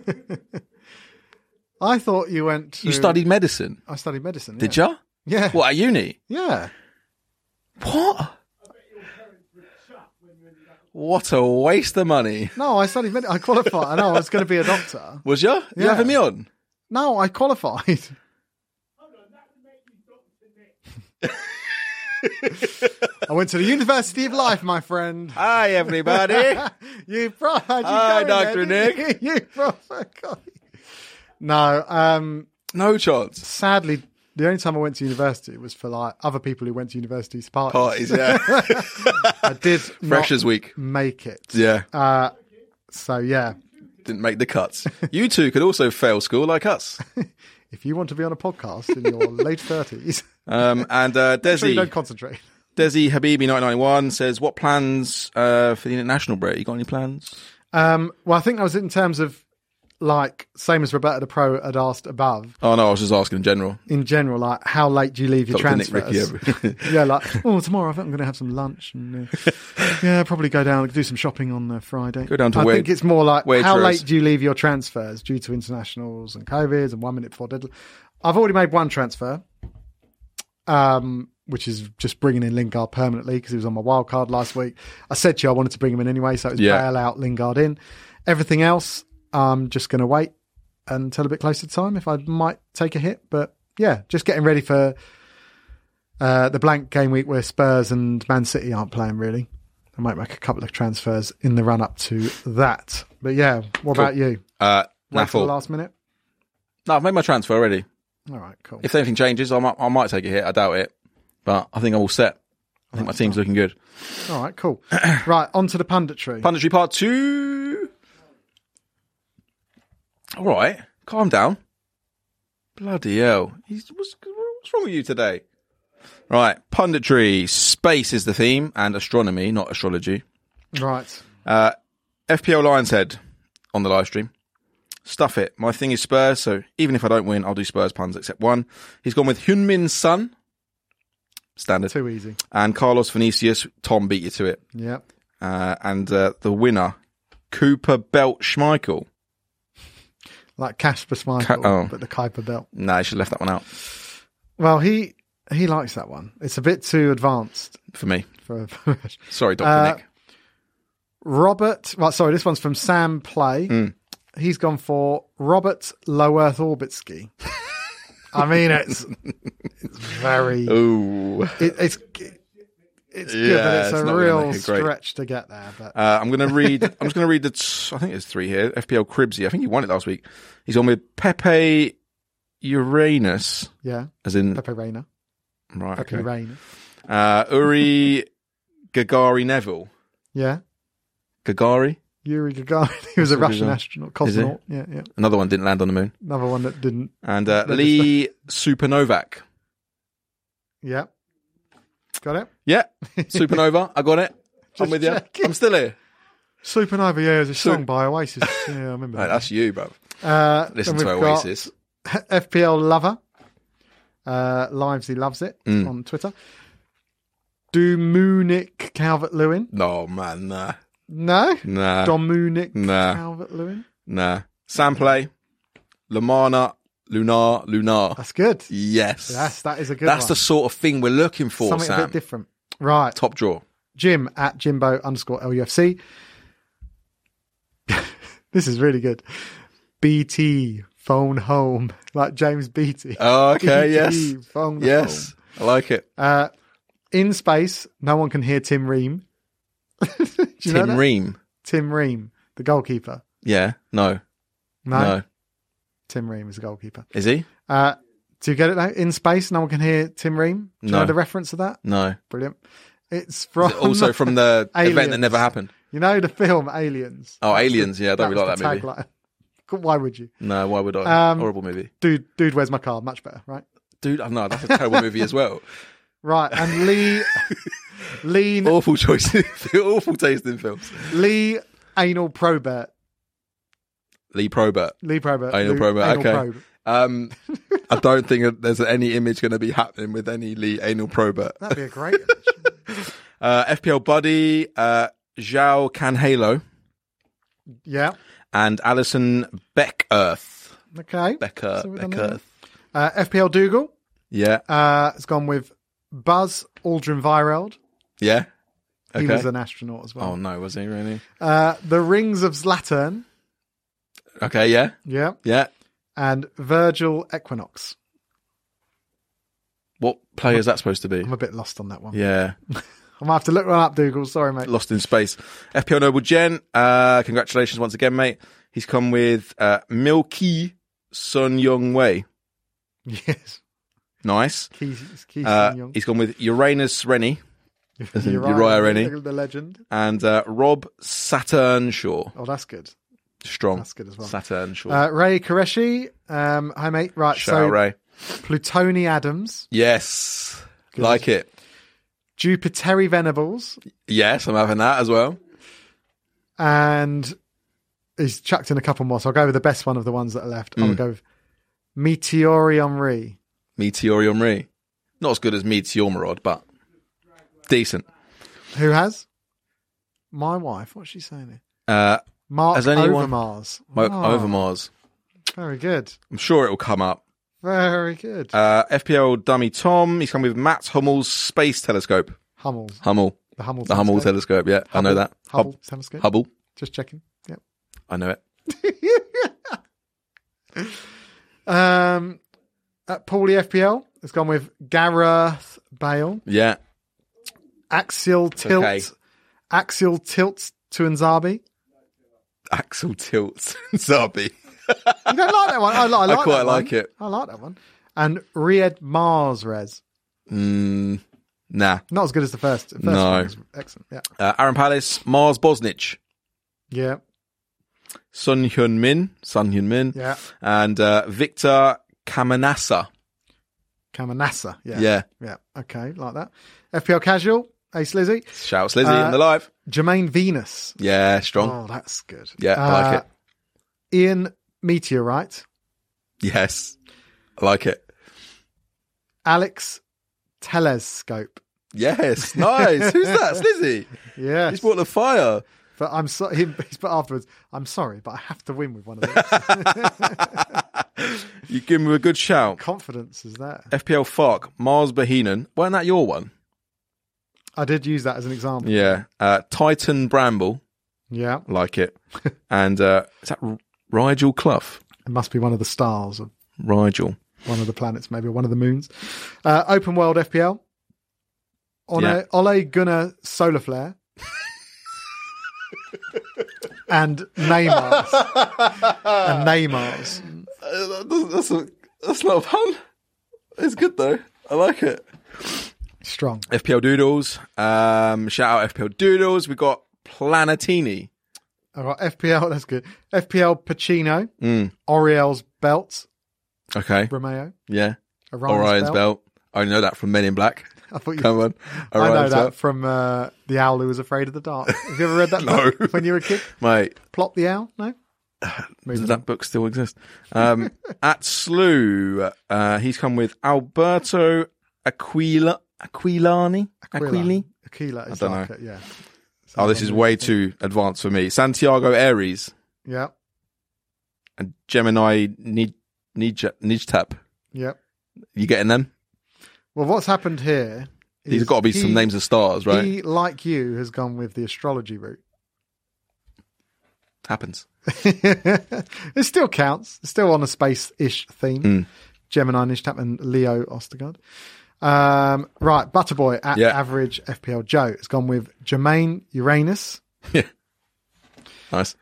S1: I thought you went to.
S2: you studied medicine,
S1: I studied medicine.
S2: did
S1: yeah.
S2: ya?
S1: Yeah.
S2: What at uni?
S1: Yeah.
S2: What? What a waste of money.
S1: No, I studied med I qualified. I know I was going to be a doctor.
S2: Was ya? You
S1: Yeah.
S2: having me on?
S1: No, I qualified. *laughs* I went to the University of Life, my friend.
S2: Hi, everybody.
S1: *laughs* you brought. You go
S2: Hi,
S1: in
S2: Dr.
S1: there, didn't You, *laughs* you brought. No, um,
S2: *laughs* no chance.
S1: sadly, the only time I went to university was for like other people who went to university's parties.
S2: Parties, yeah.
S1: I
S2: *laughs*
S1: did not
S2: Freshers week.
S1: make it.
S2: Yeah.
S1: Uh, so yeah,
S2: Didn't make the cuts. You two could also fail school like us.
S1: if you want to be on a podcast in
S2: *laughs*
S1: your late thirties,
S2: Um, and uh,
S1: so you *laughs* don't
S2: Desi,
S1: concentrate.
S2: Desi Habibi 991 says, What plans uh, for the international break? You got any plans?
S1: Um, well, I think that was in terms of like same as Roberta the Pro had asked above.
S2: Oh, no, I was just asking in general.
S1: In general, like how late do you leave your
S2: Dr. Nick
S1: transfers?
S2: Ricky over.
S1: *laughs* yeah, like oh tomorrow I think I'm going to have some lunch and
S2: *laughs*
S1: uh, yeah probably go down do some shopping on uh, Friday.
S2: Go down to
S1: I
S2: Wait-
S1: think it's more like how
S2: Waitrose.
S1: late do you leave your transfers due to internationals and COVIDs and one minute before deadline? I've already made one transfer, um, which is just bringing in Lingard permanently because he was on my wild card last week. I said to you I wanted to bring him in anyway, so it was
S2: Yeah.
S1: bail out Lingard in. Everything else, I'm just going to wait until a bit closer to time if I might take a hit. But yeah, just getting ready for uh, the blank game week where Spurs and Man City aren't playing really. I might make a couple of transfers in the run up to that. But yeah, what about you?
S2: Uh,
S1: Wait till
S2: Naffle.
S1: the last minute.
S2: No, I've made my transfer already.
S1: All right, cool.
S2: If anything changes, I might, I might take a hit. I doubt it, but I think I'm all set. I think my team's looking good.
S1: All right, cool. right, on to the punditry.
S2: Punditry part two. All right, calm down. Bloody hell! He's, what's, what's wrong with you today? Right, punditry. Space is the theme, and astronomy, not astrology.
S1: right.
S2: FPL Lions head on the live stream. Stuff it. My thing is Spurs, so even if I don't win, I'll do Spurs puns except one. He's gone with Hunmin Sun. Standard.
S1: Too easy.
S2: And Carlos Vinicius. Tom beat you to it.
S1: Yep.
S2: Uh, and uh, the winner, Cooper Belt Schmeichel.
S1: Like Casper Smythe,
S2: Ca- oh.
S1: but the Kuiper belt.
S2: Nah, I should have left that one out
S1: Well, he he likes that one. It's a bit too advanced
S2: for me.
S1: for. *laughs*
S2: Sorry, Dr.
S1: Uh,
S2: Nick.
S1: Robert. Well, sorry, this one's from Sam Play.
S2: Hmm.
S1: He's gone for Robert Low Earth Orbit Ski. *laughs* I mean, it's it's very it,
S2: Ooh.
S1: it's it's good, but
S2: Oh. Yeah,
S1: it's,
S2: it's
S1: a
S2: not really
S1: real
S2: making great.
S1: stretch to get there. But
S2: Uh, I'm gonna read. *laughs* I'm just gonna read the. T- I think there's three here. FPL Cribsy. I think he won it last week. He's on with Pepe Uranus,
S1: yeah,
S2: as in
S1: Pepe Reina,
S2: right.
S1: Pepe
S2: okay.
S1: Reina,
S2: Uh, Uri Gagari Neville.
S1: yeah.
S2: Gagari?
S1: Yuri Gagarin, *laughs* he was a Russian
S2: Gagarin.
S1: astronaut, cosmonaut. Yeah, yeah.
S2: Another one didn't land on the moon.
S1: Another one that didn't.
S2: And uh,
S1: Register.
S2: Lee Supernovac.
S1: Yeah, got it.
S2: Yeah, *laughs* Supernova. I got it. I'm
S1: Just
S2: with you.
S1: checking.
S2: I'm still here.
S1: Supernova, yeah, is a
S2: Su-
S1: song by Oasis. Yeah, I remember.
S2: *laughs* Right,
S1: that.
S2: that's you, bro.
S1: Uh,
S2: Listen
S1: then
S2: to
S1: we've got *laughs*
S2: Oasis.
S1: FPL lover. Uh, Lives he loves it
S2: Mm.
S1: on Twitter. Domunic Calvert Lewin.
S2: No, man. Nah.
S1: No.
S2: Nah.
S1: Domunic
S2: Nah.
S1: Calvert Lewin.
S2: nah. Samplay. Lamana. Lunar. Lunar.
S1: That's good.
S2: Yes.
S1: That's that is a good
S2: That's
S1: one.
S2: the sort of thing we're looking for,
S1: Something a
S2: Sam.
S1: bit different. Right.
S2: Top draw.
S1: Jim at Jimbo underscore LUFC. *laughs* this is really good. BT phone home. *laughs* Like James Beatty.
S2: Okay, yes.
S1: BT, Phone
S2: Yes. I like it.
S1: home. Uh, in space, no one can hear Tim Ream. *laughs* Do you know
S2: Tim
S1: that?
S2: Ream.
S1: Tim Ream, the goalkeeper.
S2: Yeah. No.
S1: No,
S2: No.
S1: Tim Ream is the goalkeeper.
S2: Is he?
S1: Uh, do you get it now? In space, no one can hear Tim Ream. Do you
S2: No.
S1: know the reference to that?
S2: No.
S1: *laughs* Brilliant. It's from
S2: Also
S1: *laughs*
S2: from the event that
S1: Aliens.
S2: never happened.
S1: you know the film Aliens.
S2: Oh, Aliens. Yeah, I don't really like
S1: was
S2: that movie.
S1: the tagline. Why would you,
S2: No, why would I?
S1: Um,
S2: Horrible movie.
S1: dude? Dude, where's my car? Much better, right?
S2: Dude, I know that's a terrible movie
S1: *laughs*
S2: as well.
S1: Right, and
S2: *laughs*
S1: Lee, lean,
S2: Awful *laughs* choices, awful taste in films.
S1: Lee, anal probert,
S2: Lee Probert,
S1: Lee probert,
S2: anal
S1: Lou-
S2: probert.
S1: anal
S2: okay,
S1: probe. *laughs*
S2: um, I don't think that there's any image going to be happening with any Lee anal Probert.
S1: That'd be a great.
S2: Uh, FPL buddy, uh, Zhao Canhalo,
S1: *laughs* yeah.
S2: and Alison Beckearth.
S1: Okay.
S2: Becker,
S1: So we've done that.
S2: Beckearth.
S1: Uh, FPL Dougal
S2: Yeah,
S1: uh, has gone with Buzz Aldrin Vireld.
S2: yeah. Okay.
S1: He was an astronaut as
S2: oh
S1: well.
S2: no, was he really?
S1: Uh, the Rings of Zlatan.
S2: Okay, yeah,
S1: Yeah.
S2: yeah.
S1: And Virgil Equinox.
S2: What player is that supposed to be?
S1: I'm a bit lost on that one.
S2: Yeah.
S1: I'm going to have to look one up, Dougal. Sorry, mate.
S2: Lost in Space. FPL Noble Gen, uh, congratulations once again, mate. He's come with uh, Milky Sun Young Wei.
S1: *laughs* Yes.
S2: Nice.
S1: Keith, Keith
S2: Uh,
S1: Young. *laughs*
S2: he's gone with Uranus Rennie Uriah Rennie.
S1: The legend.
S2: and uh, Rob Saturn Shaw.
S1: Oh, that's good.
S2: Strong.
S1: That's good as well.
S2: Saturn Shaw.
S1: Uh, Ray Koreshi. Um, hi, mate. Right.
S2: Shout
S1: so
S2: out, Ray.
S1: Plutoni Adams,
S2: Yes. Like it.
S1: Jupiteri Venables,
S2: Yes, I'm having that as well.
S1: and he's chucked in a couple more. So I'll go with the best one of the ones that are left.
S2: Hmm.
S1: I'll go with Meteori Henri.
S2: Meteori Omri. Not as good as Meteormarod, but decent.
S1: Who has? My wife. What's she saying here?
S2: Uh,
S1: Mark
S2: Has anyone-
S1: Overmars.
S2: Mark
S1: Ah,
S2: Overmars.
S1: Very good.
S2: I'm sure it will come up.
S1: Very good.
S2: Uh, FPL dummy Tom. He's come with Matt Hummel's space telescope.
S1: Hummels.
S2: Hummel,
S1: The Hummel.
S2: the Hummel
S1: telescope.
S2: telescope. Yeah, I know that.
S1: Hubble.
S2: Hub-
S1: telescope.
S2: Hubble.
S1: Just checking. Yep.
S2: I know it.
S1: Um, at E Paulie FPL, it's gone with Gareth Bale.
S2: Yeah, *laughs*
S1: Axial tilt.
S2: okay.
S1: Axial tilt to Nzabi.
S2: *laughs* Axel tilts Zabi.
S1: You don't like that
S2: *laughs*
S1: one? I, li- I like
S2: quite
S1: that
S2: like
S1: one.
S2: it.
S1: I like that one. And Ried Mars Res.
S2: Mm, Nah.
S1: Not as good as the first. The first
S2: No.
S1: one was excellent. Yeah.
S2: Uh, Aaron Palace, Mars Bosnich,
S1: Yeah.
S2: Sun Hyun Min, Sun Hyun Min,
S1: Yeah.
S2: and uh, Victor Kamanasa.
S1: Kamanasa. Yeah.
S2: Yeah.
S1: Yeah. Okay. Like that. FPL Casual. Ace Lizzie.
S2: Shouts Lizzie
S1: Uh,
S2: in the live.
S1: Jermaine Venus.
S2: Yeah, strong.
S1: Oh, that's good. Uh,
S2: Yeah, I like it.
S1: Ian Meteorite.
S2: Yes. I like it.
S1: Alex Telescope.
S2: Yes. Nice. Who's that? It's Lizzie.
S1: Yes.
S2: He's brought the fire.
S1: But I'm sorry. He's put afterwards. I'm sorry, but I have to win with one of
S2: *laughs*
S1: these.
S2: You give him a good shout.
S1: Confidence is there.
S2: FPL Fark, Mars Behenan. Weren't that your one?
S1: I did use that as an example.
S2: Yeah. Uh, Titan Bramble.
S1: Yeah,
S2: Like *laughs* it. and uh, is that R- Rigel Clough?
S1: it must be one of the stars of
S2: Rigel.
S1: one of the planets, maybe one of the moons. Uh, open world FPL. On
S2: Yeah.
S1: a Ole Gunnar solar flare. and
S2: *laughs*
S1: Neymar's. and Neymar's.
S2: Uh, that- That's, a, that's not fun. It's good though. I like it.
S1: Strong.
S2: FPL Doodles. Um, shout out FPL Doodles. We got Planetini.
S1: All right, FPL, *laughs* that's good. FPL Pacino.
S2: Mm.
S1: Oriel's belt.
S2: Okay.
S1: Romeo.
S2: Yeah.
S1: Orion's,
S2: Orion's belt. I know that from Men in *laughs* Black.
S1: I thought you
S2: Come on.
S1: I know
S2: Orion's
S1: that
S2: belt.
S1: from uh, The Owl Who Was Afraid of the Dark. Have you ever read that
S2: *laughs* No.
S1: book when you were a kid?
S2: Mate,
S1: Plot the Owl? No? Mm-hmm.
S2: does that book still exist?
S1: *laughs*
S2: Um, at Slew, uh, he's come with Alberto Aquila. Aquilani? Aquili?
S1: Aquila is
S2: don't
S1: like
S2: know.
S1: it, yeah.
S2: Oh, this is way too advanced for me. Santiago Aries
S1: Yeah,
S2: and Gemini Nij- Nij- Nijtap.
S1: yeah.
S2: You getting them?
S1: Well, what's happened here?
S2: These have got to be some names of stars, right?
S1: He, like you, has gone with the astrology route. *laughs*
S2: Happens.
S1: it still counts. It's still on a space-ish theme.
S2: Hmm.
S1: Gemini Nishtap and Leo Ostergaard. Um, right, Butterboy at
S2: Yeah.
S1: average FPL Joe has gone with Jermaine Uranus,
S2: Nice.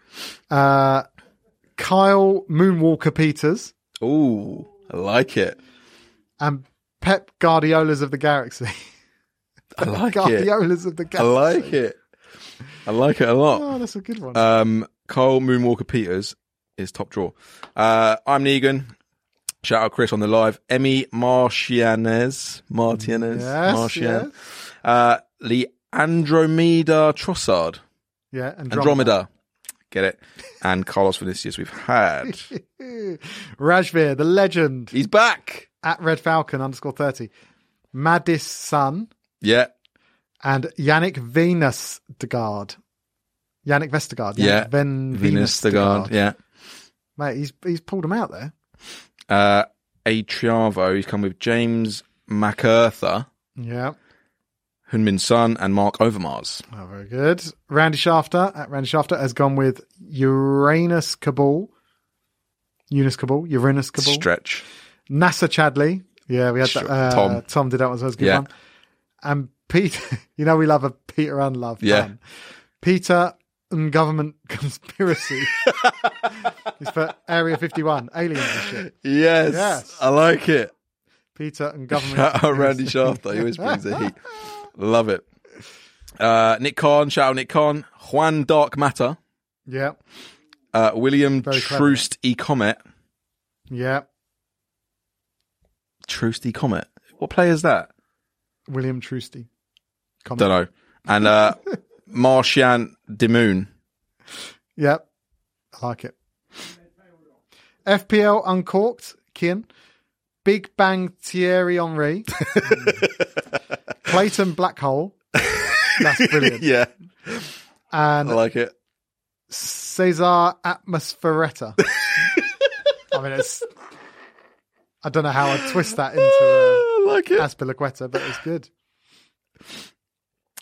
S1: Kyle Moonwalker Peters,
S2: Ooh, I like it.
S1: and Pep Guardiola's of the Galaxy. *laughs*
S2: I like it.
S1: Guardiola's of the
S2: I
S1: Galaxy.
S2: like it. I like it a lot.
S1: Oh, that's a good one.
S2: Um, Carl Moonwalker Peters is top draw. Uh, I'm Negan. Shout out Chris on the live. Emmy Martianez. Martianez.
S1: Yes,
S2: Martian. Uh, the Andromeda Trossard.
S1: yeah, Andromeda.
S2: Andromeda. Get it. And Carlos Vinicius, we've had.
S1: *laughs* Rajvir, the legend.
S2: He's back.
S1: at Red Falcon underscore 30, Madis Sun,
S2: Yeah.
S1: and Yannick Venus Degard. Yannick Vestergaard.
S2: Yeah.
S1: Yannick Ven-
S2: Venus Stegard. Yeah.
S1: Mate, he's, he's pulled him out there.
S2: Uh, Atriavo. He's come with James MacArthur,
S1: Yeah.
S2: Hunmin Sun, and Mark Overmars.
S1: Oh, very good. Randy Shafter at Randy Shafter has gone with Uranus Cabal. Uranus Cabal. Uranus Cabal.
S2: Stretch.
S1: NASA Chadley. Yeah, we had that.
S2: Sure.
S1: Uh, Tom.
S2: Tom.
S1: did that one, so that was a good
S2: Yeah.
S1: one. And Peter, *laughs* you know, we love a Peter Unlove.
S2: Yeah.
S1: fan. Peter and government *laughs* conspiracy. He's put Area 51, aliens and shit.
S2: *laughs* Yes,
S1: Yes.
S2: I like it.
S1: Peter and government. *laughs*
S2: Shout out
S1: conspiracy.
S2: Randy Shafter. He always brings the heat.
S1: *laughs*
S2: Love it. Uh, Nick Khan. Shout out Nick Khan. Juan Dark Matter.
S1: Yeah.
S2: Uh, William
S1: Very clever.
S2: Troost E Comet.
S1: Yeah.
S2: Troost E Comet. What player is that?
S1: William Trusty.
S2: Don't know.
S1: *laughs*
S2: And uh, Martian de Moon.
S1: Yep. I like it. FPL Uncorked, Kian. Big Bang Thierry Henry. Clayton Black Hole. That's
S2: *laughs*
S1: brilliant.
S2: Yeah,
S1: And
S2: I
S1: *laughs*
S2: like it.
S1: Cesar Atmosferetta. I mean, it's. I don't know how I twist that into
S2: I like
S1: a
S2: it.
S1: Aspilaqueta, but it's good.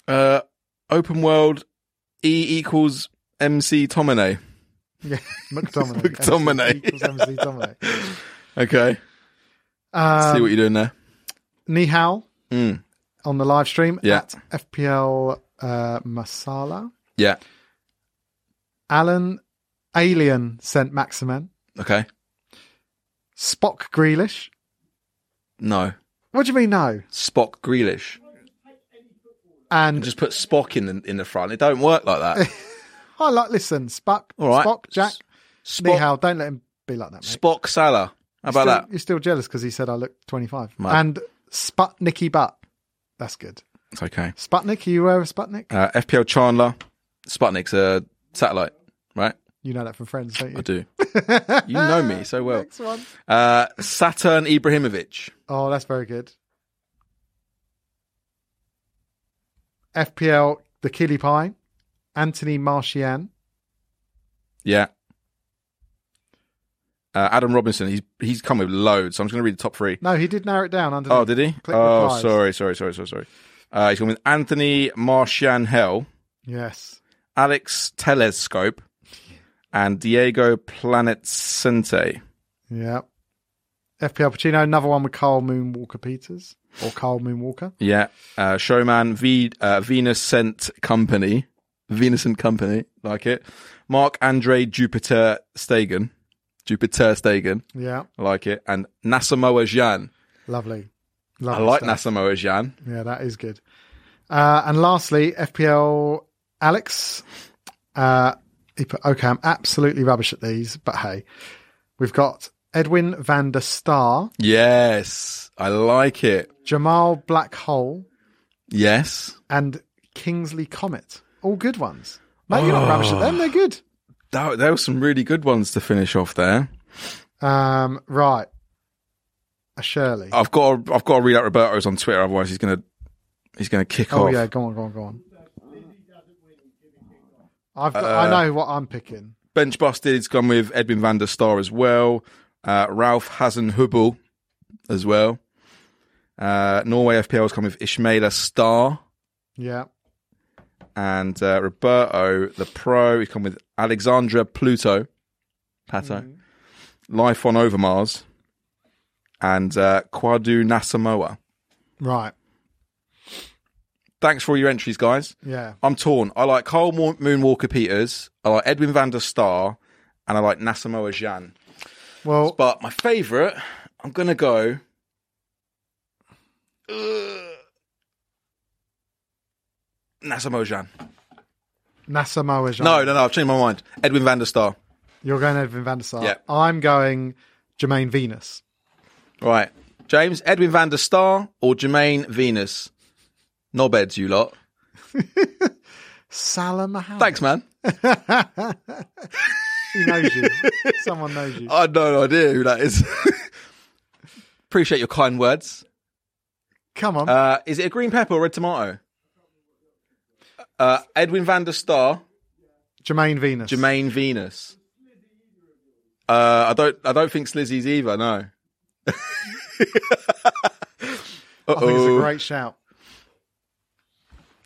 S2: Uh, open world E equals MC Tomine.
S1: Yeah, McDominay.
S2: McDominay.
S1: MC equals MC Dominay.
S2: Okay. *laughs* See
S1: Um,
S2: what you're doing there.
S1: Nihal
S2: Mm.
S1: on the live stream
S2: Yeah.
S1: at FPL uh, Masala.
S2: Yeah.
S1: Alan Alien sent Maximan.
S2: Okay.
S1: Spock Grealish.
S2: No.
S1: What do you mean no?
S2: Spock Grealish.
S1: And
S2: And just put Spock in the in the front. It don't work like that.
S1: I like listen, Spock,
S2: All right.
S1: Spock, Jack,
S2: S- Spock,
S1: Nihal. Don't let him be like that, mate.
S2: Spock Salah. How about
S1: Still-
S2: that?
S1: You're still jealous because he said I look 25.
S2: Mate.
S1: And Sputnicky butt. That's good.
S2: It's okay.
S1: Sputnik, are you aware of Sputnik?
S2: Uh, FPL Chandler. Sputnik's a satellite, right?
S1: You know that from Friends, don't you?
S2: I do.
S1: *laughs*
S2: you know me so well.
S1: Next one.
S2: Uh, Saturn Ibrahimovic.
S1: Oh, that's very good. FPL, the Killy Pie, Anthony Martian.
S2: Yeah. Uh, Adam Robinson. He's he's come with loads. So I'm just going to read the top three.
S1: No, he did narrow it down under.
S2: Oh, did he?
S1: Mm-hmm. Click
S2: Oh,
S1: replies.
S2: sorry, sorry, sorry, sorry, sorry. Uh, he's going with Anthony Martian Hell,
S1: Yes.
S2: Alex Telescope, and Diego Planetsente.
S1: Yeah. FPL Pacino, another one with Carl Moonwalker Peters or Carl Moonwalker.
S2: Yeah. Uh, Showman v, uh, Venus Scent Company. Venus and Company. Like it. Mark Andre Jupiter Stegen. Jupiter Stegen.
S1: Yeah.
S2: I like it. And Nasamoa Jan.
S1: Lovely.
S2: I
S1: Lovely
S2: like
S1: stuff.
S2: Nasamoa Jan.
S1: Yeah, that is good. Uh, and lastly, FPL Alex. Uh, he put, okay, I'm absolutely rubbish at these, but hey, we've got Edwin van der Star,
S2: Yes. I like it.
S1: Jamal Black Hole,
S2: Yes.
S1: and Kingsley Comet. All good ones. Mate, you're not rubbish at them. They're good.
S2: That, there were some really good ones to finish off there.
S1: Um, right. A Shirley.
S2: I've got to, I've got to read out Roberto's on Twitter, otherwise he's gonna he's gonna kick
S1: oh,
S2: off.
S1: yeah, go on, go on, go on. I've got,
S2: Uh,
S1: I know what I'm picking.
S2: Bench Busted's gone with Edwin van der Star as well. Uh, Ralph Hasenhubel as well. Uh, Norway FPL's come with Ishmaela Star
S1: Yeah.
S2: and uh, Roberto the Pro. He's come with Alexandra Pluto, Pato, Life on Overmars, and uh, Kwadu Nasamoa.
S1: Right.
S2: Thanks for all your entries, guys.
S1: Yeah.
S2: I'm torn. I like Carl Mo- Moonwalker Peters. I like Edwin van der Star, and I like Nasamoa Jan.
S1: Well,
S2: But my favourite, I'm gonna go. uh, Ugh. Nasamoa Jan.
S1: NASA Moa
S2: No, no, no. I've changed my mind. Edwin van der Star.
S1: You're going Edwin van der Sar.
S2: Yeah.
S1: I'm going Jermaine Venus.
S2: Right, James. Edwin van der Star or Jermaine Venus. Knobheads, you lot.
S1: Salah Mohammed.
S2: Thanks, man.
S1: He knows you. Someone knows you.
S2: *laughs* I had no idea who that is. *laughs* Appreciate your kind words.
S1: Come on.
S2: Uh, is it a green pepper or red tomato? Uh, Edwin van der Star,
S1: Jermaine Venus.
S2: Jermaine Venus. Uh, I don't. I don't think Slizzy's
S1: *laughs*
S2: either. No.
S1: I think it's a
S2: Uh-oh.
S1: great shout.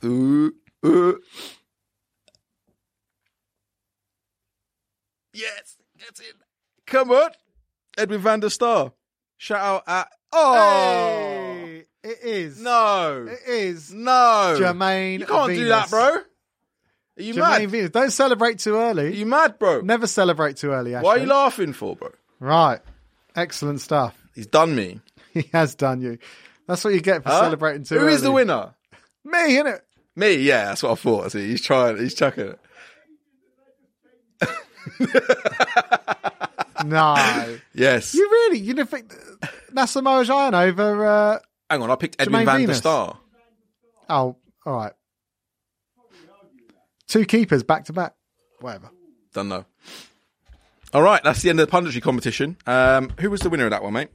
S2: Ooh, ooh. Yes, that's it. Come on, Edwin van der Star. Shout out at. Oh
S1: Hey, it is.
S2: no,
S1: It is.
S2: no,
S1: Jermaine
S2: You can't do that,
S1: Venus.
S2: bro. Are you
S1: Jermaine
S2: mad?
S1: Venus. Don't celebrate too
S2: Are
S1: early.
S2: you mad, bro?
S1: Never celebrate too early, Ashley.
S2: Why are you laughing for, bro?
S1: Right. Excellent stuff.
S2: He's done me.
S1: *laughs* He has done you. That's what you get for
S2: Huh?
S1: celebrating too
S2: Who
S1: early.
S2: is the winner?
S1: Me,
S2: *laughs*
S1: innit?
S2: Me, yeah, that's what I thought. See, he's trying, he's chucking it.
S1: No.
S2: Yes.
S1: you really? You didn't think NASA Moa Giant over. Uh,
S2: Hang on, I picked Edwin
S1: Jermaine
S2: van der
S1: Venus.
S2: Star.
S1: Oh, all right. Two keepers back to back. Whatever.
S2: Don't know. All right, that's the end of the punditry competition. Um, who was the winner of that one, mate?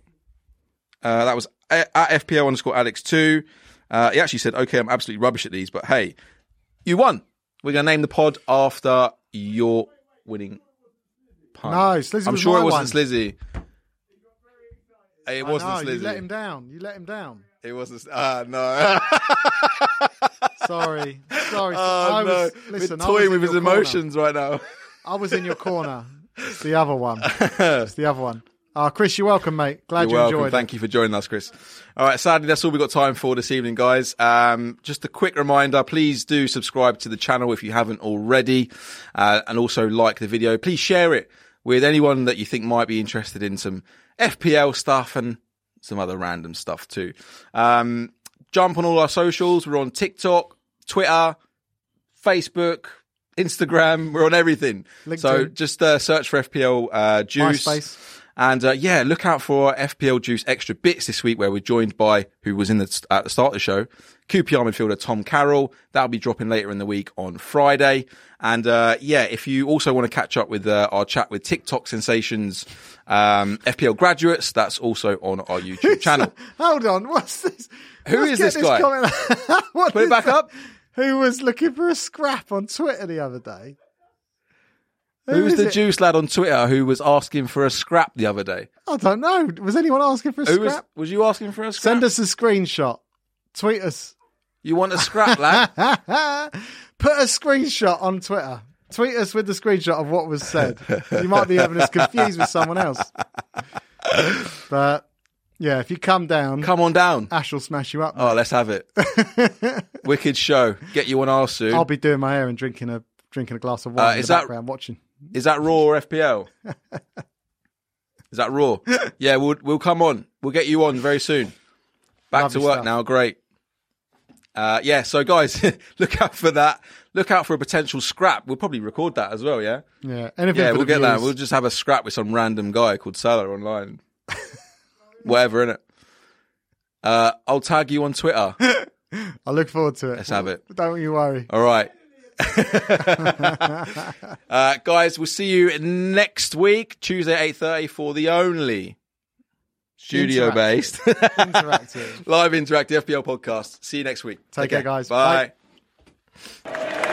S2: Uh, that was a- at FPL underscore Alex two. Uh, he actually said, "Okay, I'm absolutely rubbish at these, but hey, you won. We're gonna name the pod after your winning pun."
S1: No, Slizzy
S2: I'm
S1: was
S2: sure
S1: my
S2: it wasn't
S1: one.
S2: Slizzy. It wasn't
S1: no,
S2: Slizzy.
S1: you let him down. You let him down.
S2: It wasn't. Ah,
S1: *laughs*
S2: no.
S1: Sorry,
S2: *laughs*
S1: sorry.
S2: Oh,
S1: I was
S2: no.
S1: listen.
S2: We're
S1: I was
S2: toying
S1: in
S2: with his
S1: your corner.
S2: emotions right now.
S1: I was in your corner. It's the other
S2: *laughs*
S1: one. It's the other one. Ah, Chris, you're welcome, mate. Glad
S2: You're
S1: you
S2: welcome.
S1: enjoyed
S2: Thank you for joining us, Chris. All right, sadly, that's all we've got time for this evening, guys. Um, just a quick reminder please do subscribe to the channel if you haven't already, uh, and also like the video. Please share it with anyone that you think might be interested in some FPL stuff and some other random stuff too. Um, jump on all our socials. We're on TikTok, Twitter, Facebook, Instagram. We're on everything. So
S1: LinkedIn.
S2: just uh, search for FPL uh, Juice.
S1: MySpace.
S2: And uh, yeah, look out for our FPL Juice extra bits this week, where we're joined by who was in the at the start of the show, QPR midfielder Tom Carroll. That'll be dropping later in the week on Friday. And uh, yeah, if you also want to catch up with uh, our chat with TikTok sensations, um, FPL graduates, that's also
S1: *laughs*
S2: on our YouTube channel.
S1: Hold on, what's this?
S2: Who
S1: Let's
S2: is
S1: get
S2: this guy?
S1: comment- *laughs* What
S2: Put it
S1: is
S2: back
S1: that?
S2: up.
S1: Who was looking for a scrap on Twitter the other day?
S2: Who was
S1: is
S2: the
S1: it?
S2: juice lad on Twitter who was asking for a scrap the other day?
S1: I don't know. Was anyone asking for a
S2: Who
S1: scrap?
S2: was? Was you asking for a scrap?
S1: Send us a screenshot. Tweet us.
S2: You want a scrap, lad?
S1: *laughs* Put a screenshot on Twitter. Tweet us with the screenshot of what was said. you might be
S2: *laughs*
S1: having us confused with someone else. But yeah, if you come down,
S2: Come on down.
S1: Ash will smash you up.
S2: Oh, let's
S1: *laughs*
S2: have it. Wicked show. Get you on our soon.
S1: I'll be doing my hair and drinking a drinking a glass of wine
S2: Uh,
S1: in
S2: is
S1: the
S2: that-
S1: background watching.
S2: Is that Raw or
S1: *laughs*
S2: FPL? Is that Raw? yeah, we'll we'll come on. We'll get you on very soon. Back
S1: Lovely
S2: to work
S1: stuff.
S2: now. Great. Uh, yeah, so guys, *laughs* look out for that. Look out for a potential scrap. We'll probably record that as well. Yeah,
S1: Yeah, anything.
S2: yeah,
S1: for
S2: we'll
S1: the
S2: get that.
S1: views.
S2: We'll just have a scrap with some random guy called Salah online,
S1: *laughs*
S2: whatever innit? Uh, I'll tag you on Twitter.
S1: I look forward to it.
S2: Let's have it.
S1: Don't you worry.
S2: All right. *laughs* uh, guys, we'll see you next week, Tuesday, 8.30 for the only studio-based *laughs*
S1: Interactive.
S2: live interactive FPL podcast. See you next week.
S1: Take care, guys.
S2: Bye.
S1: Bye.